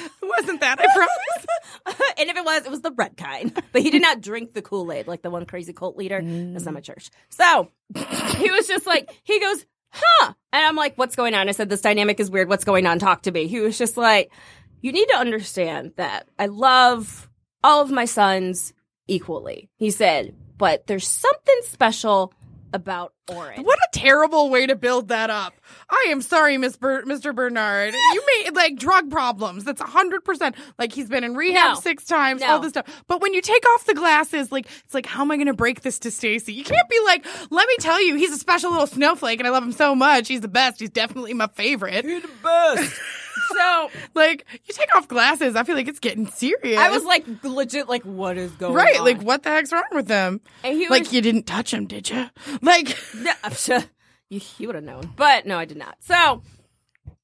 a- it wasn't that. I promise. and if it was, it was the red kind. But he did not drink the Kool Aid like the one crazy cult leader. That's Mm. not my church. So he was just like, he goes, huh. And I'm like, what's going on? I said, this dynamic is weird. What's going on? Talk to me. He was just like, you need to understand that I love all of my sons equally. He said, but there's something special about orange. What a terrible way to build that up. I am sorry, Miss Ber- Mr. Bernard. You made like drug problems. That's 100%. Like he's been in rehab No. six times, No. all this stuff. But when you take off the glasses, like it's like how am I going to break this to Stacy? You can't be like, "Let me tell you, he's a special little snowflake and I love him so much. He's the best. He's definitely my favorite." So Like you take off glasses, I feel like it's getting serious. I was like legit like what is going right, on? like what the heck's wrong with him? and he Like was, you didn't touch him, did you? Like No, I'm sure- you, you would have known. But no, I did not. So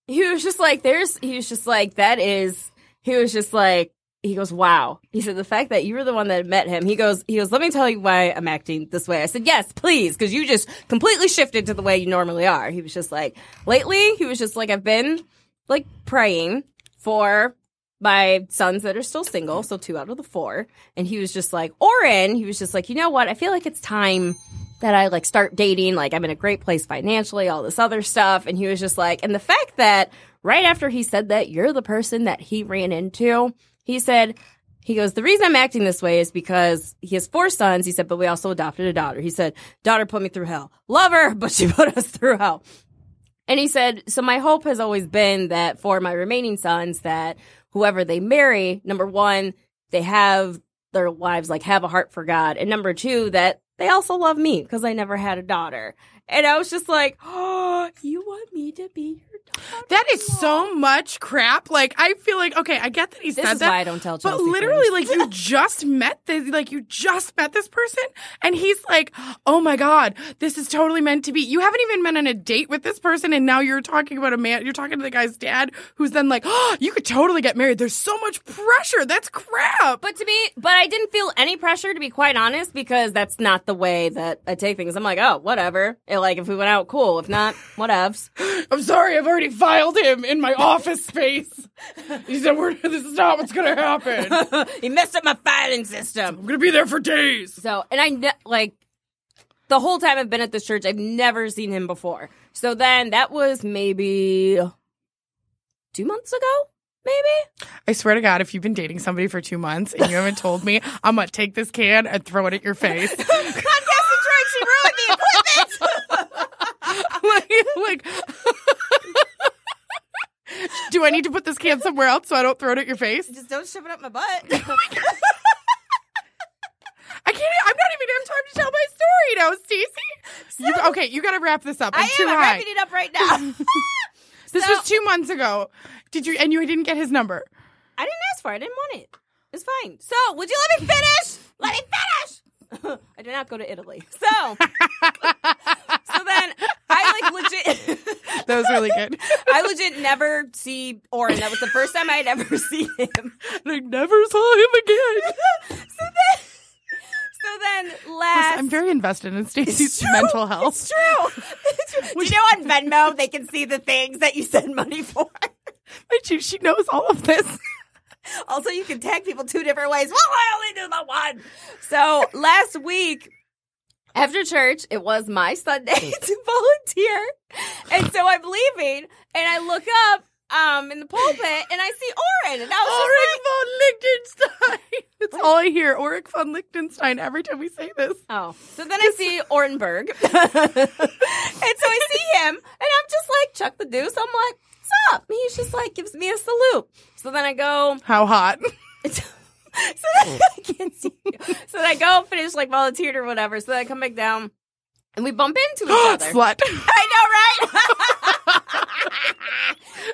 he was just like, there's, he was just like, that is, he was just like, he goes, wow. He said, the fact that you were the one that met him, he goes, he goes, let me tell you why I'm acting this way. I said, yes, please, because you just completely shifted to the way you normally are. He was just like, lately, he was just like, I've been like praying for my sons that are still single, so two out of the four. And he was just like, Oren, he was just like, you know what? I feel like it's time that I like start dating. Like I'm in a great place financially, all this other stuff. And he was just like, and the fact that right after he said that, you're the person that he ran into, he said, he goes, the reason I'm acting this way is because he has four sons. He said, but we also adopted a daughter. He said, daughter put me through hell. Love her, but she put us through hell. And he said, So my hope has always been that for my remaining sons, that whoever they marry, number one, they have their wives like have a heart for God. And number two, that they also love me because I never had a daughter. And I was just like, Oh, you want me to be your daughter? That is so much crap. Like I feel like okay, I get that he This said is that. why I don't tell but Chelsea. literally, things. like you just met this, like you just met this person, and he's like, "Oh my god, this is totally meant to be." You haven't even been on a date with this person, and now you're talking about a man. You're talking to the guy's dad, who's then like, "Oh, you could totally get married." There's so much pressure. That's crap. But to me, but I didn't feel any pressure to be quite honest because that's not the way that I take things. I'm like, oh, whatever. And, like if we went out, cool. If not, whatevs. I'm sorry, I've already filed him in my office space. He said, We're, "This is not what's gonna happen. I'm he messed up my filing system. gonna be there for days." So, and I ne- like the whole time I've been at this church, I've never seen him before. So then that was maybe two months ago, maybe. I swear to God, if you've been dating somebody for two months and you haven't told me, I'm gonna take this can and throw it at your face. Podcast Detroit, she ruined the equipment. like, like- do I need to put this can somewhere else so I don't throw it at your face? Just don't shove it up my butt. I can't. e, I'm not even have time to tell my story now, Stacey. You, okay, you got to wrap this up. I'm I too am. I'm high. wrapping it up right now. This So- was two months ago. Did you? And you didn't get his number. I didn't ask for it. I didn't want it. It's fine. So, would you let me finish? Let me finish. I did not go to Italy. So, so then I like legit. That was really good. I legit never see Orin. That was the first time I had ever seen him. I never saw him again. So then, so then last. I'm very invested in Stacey's true. mental health. It's true. It's true. Do you know on Venmo they can see the things that you send money for? But she, she knows all of this. Also, you can tag people two different ways. Well, I only do the one. So last week. After church, it was my Sunday to volunteer. And so I'm leaving and I look up um in the pulpit and I see Orin. And I was just like, Ulrich von Liechtenstein. It's all I hear. Ulrich von Liechtenstein every time we say this. Oh, so then I see Orenberg, and so I see him, and I'm just like, Chuck the Deuce. I'm like, what's up? And He's just like, gives me a salute. So then I go, How hot. so then I can't see. you. So then I go finish like volunteered or whatever. So then I come back down, and we bump into each other. Slut. I know, right?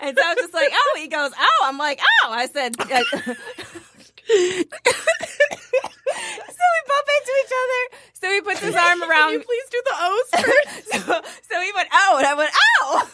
and so I was just like, oh, he goes, oh, I'm like, oh, I said. I- so we bump into each other. So he puts his arm Can you around. please do the O's first? so, so he went, oh, and I went, oh.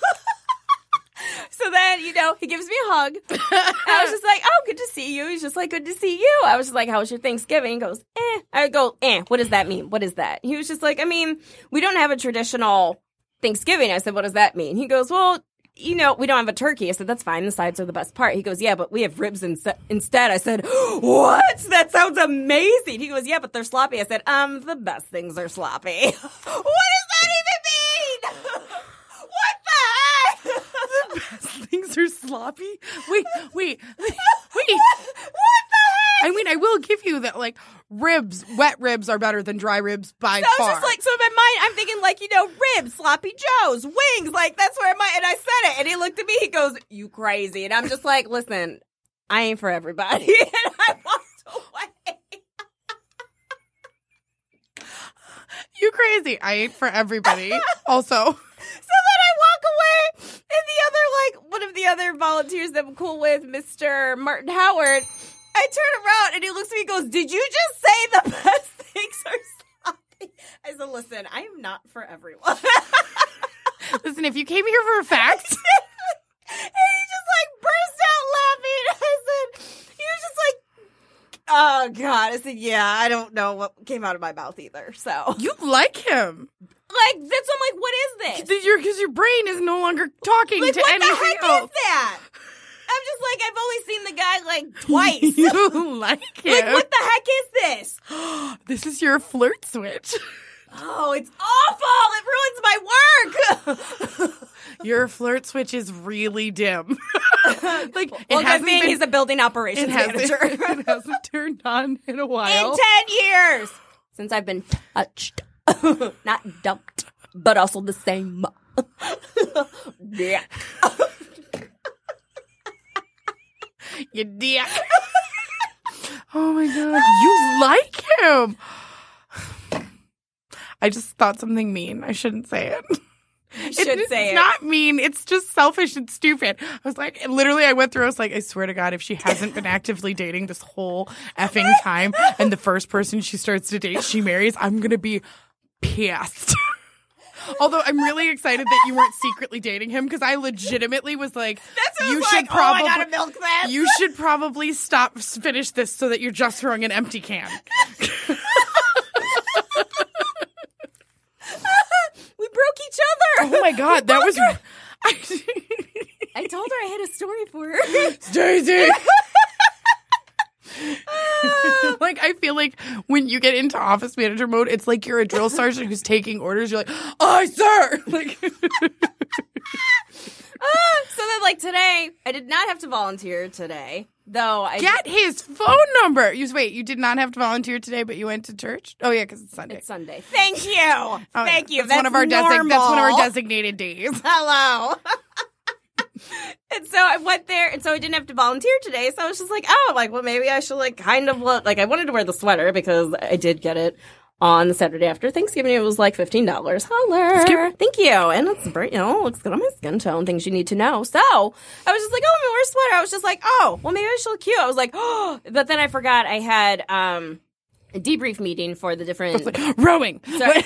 so then, you know, he gives me a hug. And I was just like, oh, good to see you. He's just like, good to see you. I was just like, how was your Thanksgiving? He goes, eh. I go, eh, what does that mean? What is that? He was just like, I mean, we don't have a traditional Thanksgiving. I said, what does that mean? He goes, well, you know, we don't have a turkey. I said, that's fine. The sides are the best part. He goes, yeah, but we have ribs inse- instead. I said, what? That sounds amazing. He goes, yeah, but they're sloppy. I said, um, the best things are sloppy. what does that even mean? what the heck? past things are sloppy. Wait, wait, wait. What the heck? I mean, I will give you that, like, ribs, wet ribs are better than dry ribs by I was far. just like, so in my mind, I'm thinking like, you know, ribs, sloppy joes, wings, like that's where my and I said it, and he looked at me, he goes, "You crazy," and I'm just like, listen, I ain't for everybody, and I walked away. you crazy. I ain't for everybody. also, So then I walk away, and the other, like, one of the other volunteers that I'm cool with, Mr. Martin Howard, I turn around and he looks at me and goes, Did you just say the best things are sloppy? I said, Listen, I am not for everyone. listen, if you came here for a fact, and he just like burst out laughing. I said, he was just like, oh god. I said, yeah, I don't know what came out of my mouth either. So like you like him. that's I'm like, what is this? Because your, 'cause your brain is no longer talking Like to what the anything heck else. is that? I'm just like, I've only seen the guy like twice. you like him. like what the heck is this? this is your flirt switch. Oh, it's awful. It ruins my work. Your flirt switch is really dim. like well, it good hasn't thing been, he's a building it operations hasn't, manager. it hasn't turned on in a while. in 10 years since I've been touched. Not dumped, but also the same. yeah. you dick. oh my god, you like him. I just thought something mean. I shouldn't say it. You It- should it's say it. not mean. It's just selfish and stupid. I was like, literally, I went through. I was like, I swear to God, if she hasn't been actively dating this whole effing time, and the first person she starts to date, she marries, I'm gonna be pissed. Although I'm really excited that you weren't secretly dating him because I legitimately was like, That sounds you like, should oh, I probably gotta milk that. you should probably stop s- finish this so that you're just throwing an empty can. we broke each other. Oh my God, that was. I told her I had a story for her. Daisy. Ah, like I feel like when you get into office manager mode, it's like you're a drill sergeant who's taking orders. You're like, "Aye, sir!" Like, Ah, so then, like today, I did not have to volunteer today, though. I get his phone number. You wait. You did not have to volunteer today, but you went to church. Oh yeah, because it's Sunday. It's Sunday. Thank you. Oh, yeah. Thank you. That's, one of our normal. desi- That's one of our designated days. hello. and so I went there, and so I didn't have to volunteer today. So I was just like, oh, like, well, maybe I should like kind of look like I wanted to wear the sweater because I did get it on the Saturday after Thanksgiving. It was like fifteen dollars. Holler, thank you, and it's very, you know looks good on my skin tone. Things you need to know. So I was just like, oh, I'm gonna wear a sweater. I was just like, oh, well, maybe I should look cute. I was like, oh, but then I forgot I had um a debrief meeting for the different. Rowing. Sorry.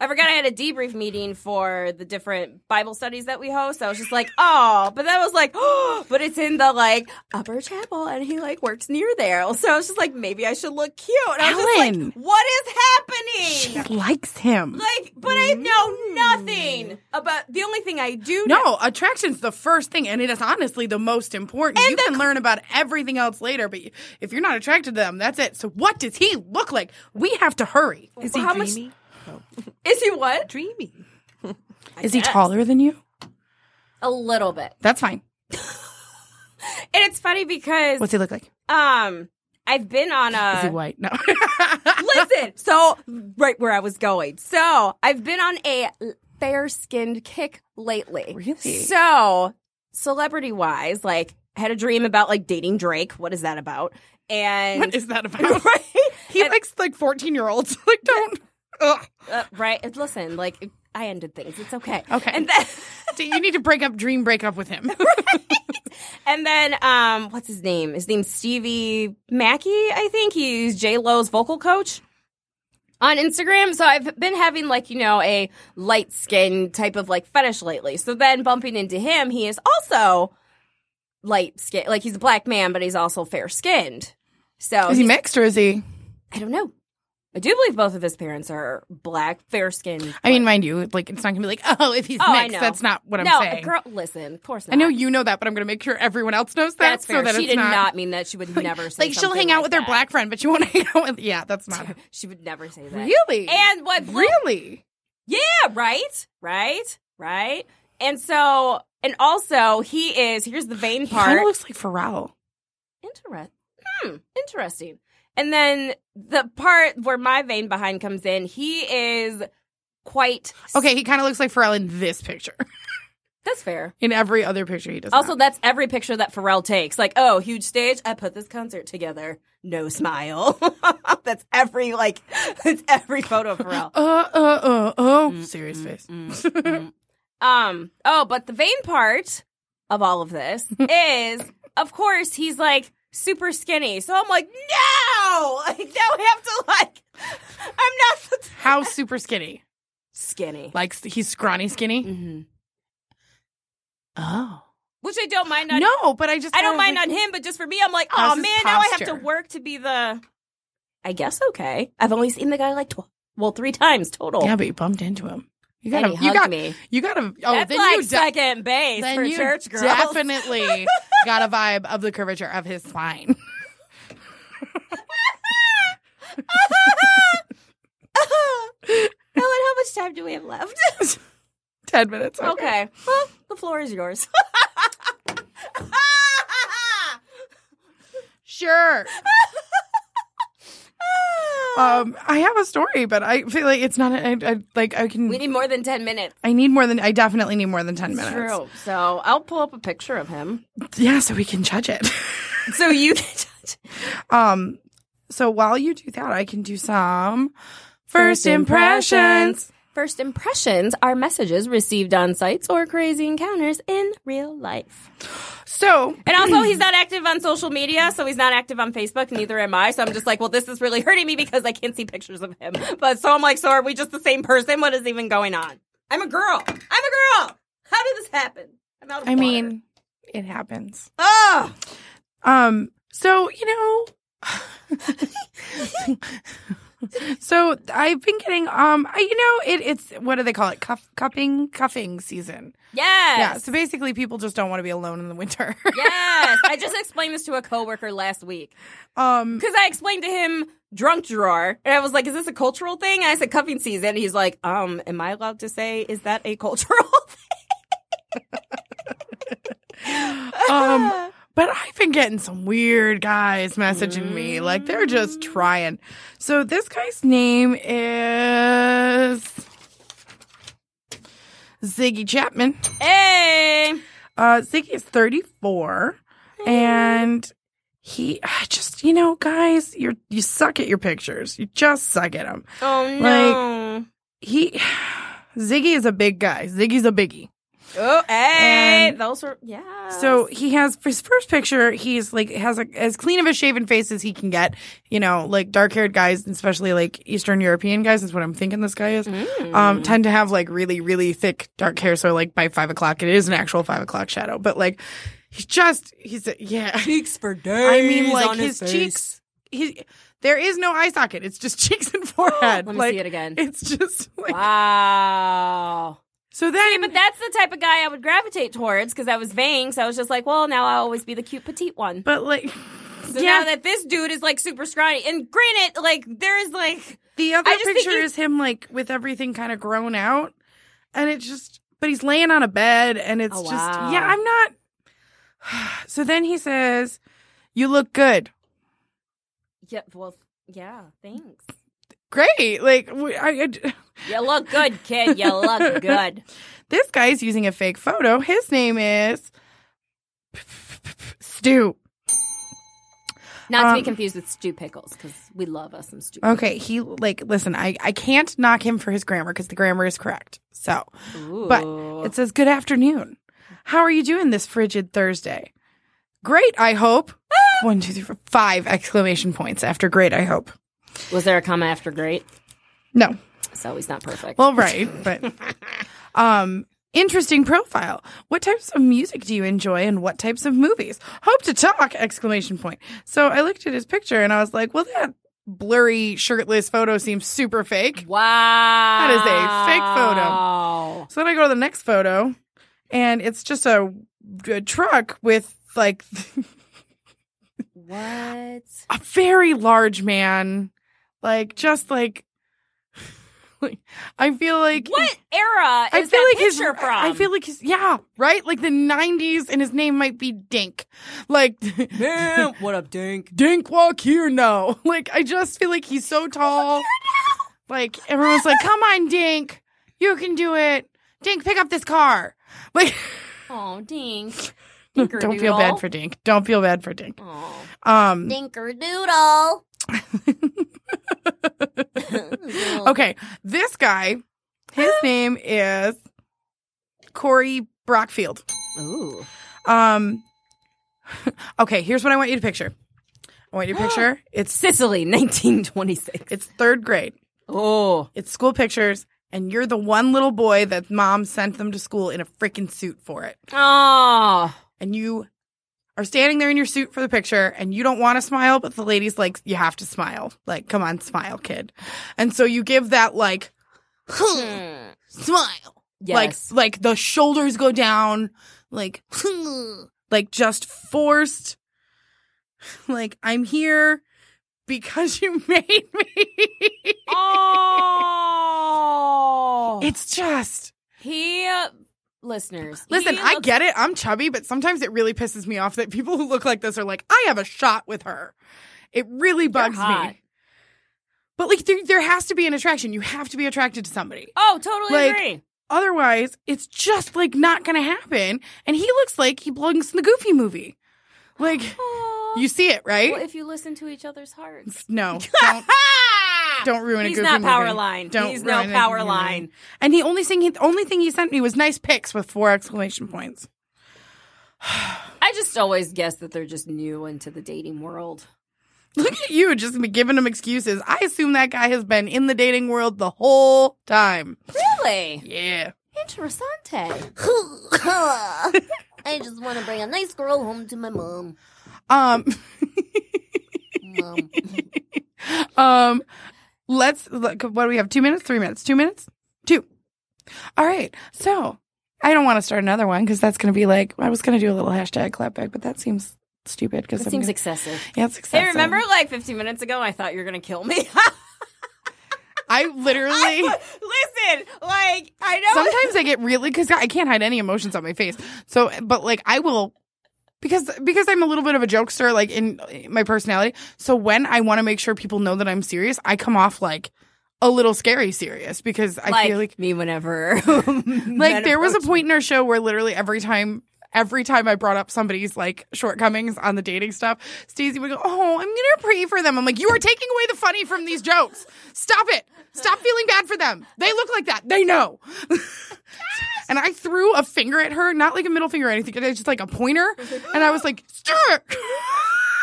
I forgot I had a debrief meeting for the different Bible studies that we host. I was just like, oh, but that was like, oh, but it's in the like upper chapel and he like works near there. So I was just like, maybe I should look cute. And I was just Ellen. like, what is She happening? likes him. Like, but I know nothing about the only thing I do know. Mm. No, attraction's the first thing, and it is honestly the most important. you can learn about everything else later, but if you're not attracted to them, that's it. So, what does he look like? We have to hurry. Is he How much- dreamy? Is he what? Dreamy. Is he taller than you? A little bit. That's fine. And it's funny because, What's he look like? um, I've been on a. Is he white? No. Listen, so right where I was going. So I've been on a fair skinned kick lately. Really? So celebrity wise, like I had a dream about like dating Drake. What is that about? And what is that about? right? He And- likes like 14 year olds. Like, don't. Ugh. uh, right? And Listen, like I ended things. It's okay. Okay. And then Do You need to break up, dream break up with him. and then um what's his name? His name's Stevie Mackey, I think. He's J Lo's vocal coach. on Instagram. So I've been having like, you know, a light skin type of like fetish lately. So then bumping into him, he is also light skin. Like he's a black man, but he's also fair skinned. So Is he he's- mixed or is he? I don't know. I do believe both of his parents are black, fair skinned. I mean, mind you, like, it's not going to be like, oh, if he's Oh, I mixed. know. That's not what I'm no, saying. girl, listen, of course not. I know you know that, but I'm going to make sure everyone else knows that That's so fair. that she it's did not, not mean that. She would never say like she'll something hang out like with her that. black friend, but she won't hang out with. Yeah, that's not She would never say that. really. And what? blew- really, Yeah, right, right, right. And so, and also, he is here's the vain Kind part. of looks like Pharrell. Interest. Hmm. Interesting. And then the part where my vein behind comes in, he is quite. Okay, he kind of looks like Pharrell in this picture. That's fair. In every other picture, he does. Also, not. that's every picture that Pharrell takes. Like, oh, huge stage. I put this concert together. No smile. that's every like. It's every photo of Pharrell. uh, uh, uh, oh, Mm, serious face. Um. Oh, but the vain part of all of this is, of course, he's like super skinny. So I'm like, no, like now we have to like, I'm not the- How super skinny? skinny, Like s- he's scrawny, skinny. Mhm. Oh which I don't mind. On, no, but I just I don't kinda mind on him, but just for me, I'm like, oh How's man, his now I have to posture? work to be the. I guess okay. I've only seen the guy like tw- well three times total. like- Yeah, but you bumped into him. You got and him. he you hugged got me. You got a. Oh, That's then like you de- second base then for you church girls. definitely got a vibe of the curvature of his spine. Ellen, how much time do we have left? Ten minutes. Okay. Well, the floor is yours. Sure. um, I have a story, but I feel like it's not. I, I like I can. we need more than 10 minutes. I need more than I definitely need more than ten minutes. True. So I'll pull up a picture of him. Yeah, so we can judge it. So you can touch. um, so while you do that, I can do some first impressions. First impressions are messages received on sites or crazy encounters in real life. So And also, he's not active on social media, so he's not active on Facebook, neither am I. So I'm just like, well, this is really hurting me because I can't see pictures of him. But so I'm like, so are we just the same person? What is even going on? I'm a girl. I'm a girl. How did this happen? I'm out of I water. mean, it happens. Oh, Um, so you know, so I've been getting um, I, you know, it, it's what do they call it? Cuff, cupping, cuffing season. Yeah. yes. So basically, people just don't want to be alone in the winter. yes. I just explained this to a coworker last week um, because I explained to him drunk drawer, and I was like, "Is this a cultural thing?" And I said, "Cuffing season." And he's like, "Um, am I allowed to say is that a cultural thing?" Um, but I've been getting some weird guys messaging me. Like they're Mm. just trying. So this guy's name is Ziggy Chapman. hey, Uh, Ziggy is 34, and he I just, you know, guys, you are you suck at your pictures. You just suck at them. oh no, He, Ziggy is a big guy. Ziggy's a biggie. oh hey, And- those were yeah. So he has for his first picture. He's like has a, as clean of a shaven face as he can get. You know, like dark haired guys, especially like Eastern European guys, is what I'm thinking this guy is. Um, tend to have like really really thick dark hair. So like by five o'clock, it is an actual five o'clock shadow. But like, he's just he's a, yeah. cheeks for days. I mean, like on his, face. Oh, cheeks. He, there is no eye socket. It's just cheeks and forehead. Let me like, see it again. It's just like Wow. so. Then, But that's the type of guy I would gravitate towards because I was vain. So I was just like, well, now I'll always be the cute petite one. but like, So yeah. now that this dude is like super scrawny, and granted, like there is like the other I just think picture he's- is him like with everything kind of grown out, and it's just. But he's laying on a bed, and it's Oh, just wow. yeah. I'm not. So then he says, "You look good." yeah, well, yeah, thanks. Great, like w I I You look good, kid. You look good. this guy's using a fake photo. His name is Stu. Not to be Um, confused with Stew Pickles because we love us some Stew. Okay, he like listen. I I can't knock him for his grammar because the grammar is correct. So, but it says good afternoon. How are you doing this frigid Thursday? Great, I hope. One, two, three, four, five exclamation points after great, I hope. was there a comma after great? No, So he's not perfect. well, right, but um, interesting profile. What types of music do you enjoy, and what types of movies? Hope to talk! Exclamation point. So I looked at his picture and I was like, well, that blurry shirtless photo seems super fake. wow, that is a fake photo. So then I go to the next photo, and it's just a, a truck with like What? a very large man, like just like like I feel like What era is I feel that like his. picture from? I feel like his. Yeah, right. Like the '90s, and his name might be Dink. Like Man, what up, Dink? Dink, walk here now. Like I just feel like he's so tall. Like everyone's like, "Come on, Dink, you can do it." Dink, pick up this car. Like, Oh, Dink. don't feel bad for Dink. Don't feel bad for Dink. Oh, Um. Dinkerdoodle. Okay, this guy, his name is Corey Brockfield. Ooh. Um. Okay, here's what I want you to picture. I want you to picture. It's Sicily, 1926. it's third grade. Oh. It's school pictures, and you're the one little boy that mom sent them to school in a freaking suit for it. Oh. And you are standing there in your suit for the picture, and you don't want to smile, but the lady's like, "You have to smile. Like, come on, smile, kid." And so you give that like Hmm. smile, like Yes. like the shoulders go down, like Hmm. like just forced, like I'm here because you made me. oh. It's just. he, uh, listeners. Listen, he I looks- get it. I'm chubby, but sometimes it really pisses me off that people who look like this are like, I have a shot with her. It really bugs hot. me. But like, there, there has to be an attraction. You have to be attracted to somebody. Oh, totally Like- agree. Otherwise, it's just like not going to happen. And he looks like he belongs in the Goofy movie. Like, Aw. you see it, right? Well, if you listen to each other's hearts. no, don't, don't ruin a He's Goofy not movie. Powerline. Don't He's no ruin a Powerline. Goofy movie. And the only thing, he, the only thing he sent me was nice pics with four exclamation points. I just always guess that they're just new into the dating world. Look at you just be giving him excuses. I assume that guy has been in the dating world the whole time. Really? Yeah. Interessante. I just want to bring a nice girl home to my mom. Um Mom. um let's look what do we have? 2 minutes, 3 minutes, 2 minutes? 2. All right. So, I don't want to start another one cuz that's going to be like I was going to do a little hashtag clapback, but that seems stupid cuz It seems excessive. yeah, it's excessive. Hey, remember like 15 minutes ago, I thought you were going to kill me? I literally Listen, like, I know. sometimes I get really because I can't hide any emotions on my face. So, but like I will because because I'm a little bit of a jokester, like in my personality. So when I want to make sure people know that I'm serious, I come off like a little scary serious because I like, feel like me whenever. like there was a point in our show where literally every time every time I brought up somebody's like shortcomings on the dating stuff, Stacey would go, "Oh, I'm gonna pray for them." I'm like, "You are taking away the funny from these jokes. Stop it. Stop feeling bad for them. They look like that. They know." and I threw a finger at her, not like a middle finger or anything, it was just like a pointer, and I was like, "Stop."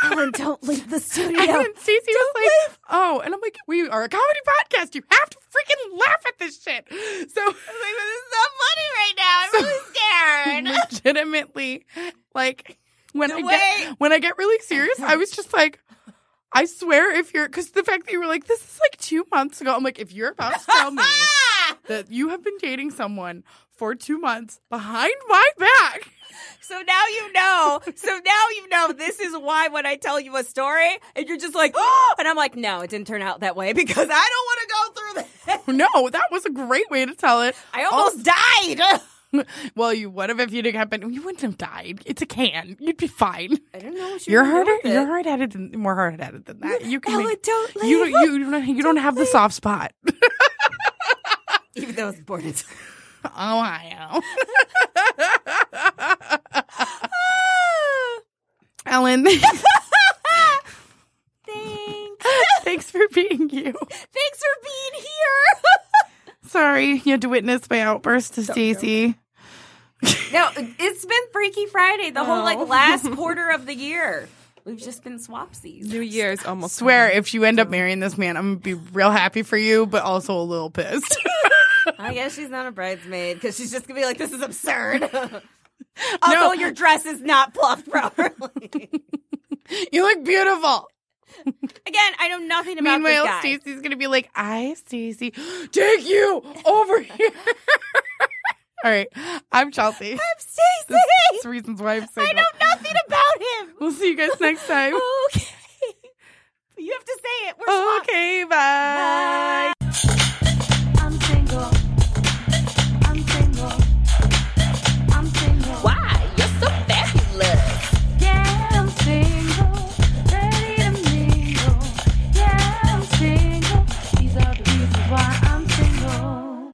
Ellen, don't leave the studio. And then Stacey was like, "Oh," and I'm like, "We are a comedy podcast. You have to freaking laugh at this shit." So so funny right now. I'm really scared. legitimately like when I way- get when I get really serious, I was just like, I swear if you're because the fact that you were like, this is like two months ago. I'm like, if you're about to tell me that you have been dating someone for two months behind my back. So now you know. So now you know this is why when I tell you a story and you're just like, oh, and I'm like, no, it didn't turn out that way because I don't want to go through this. No, that was a great way to tell it. I almost died. Well, you would have if you didn't happen. You wouldn't have died. It's a can. You'd be fine. I didn't know what you You're were harder. doing with You're it. hard headed than more hard headed than that. You can. Ellen, Make, don't leave. you don't. You don't. You don't have the soft spot. Even though it's important. Oh, Ohio. Ellen, Thanks. thanks for being you. Thanks for being here. Sorry you had to witness my outburst to Stacey. no, it's been Freaky Friday the whole like last quarter of the year. We've just been swapsies. New Year's almost. Swear, if you end up marrying this man, I'm gonna be real happy for you, but also a little pissed. I guess she's not a bridesmaid because she's just gonna be like, "This is absurd." also, your dress is not pluffed properly. you look beautiful. Again, I know nothing about this Meanwhile, guy. Stacey's gonna be like, "I, Stacey, take you over here." All right, I'm Chelsea. I'm Stacey. That's reasons why I'm single. I know nothing about him. We'll see you guys next time. Okay, you have to say it. We're Oh,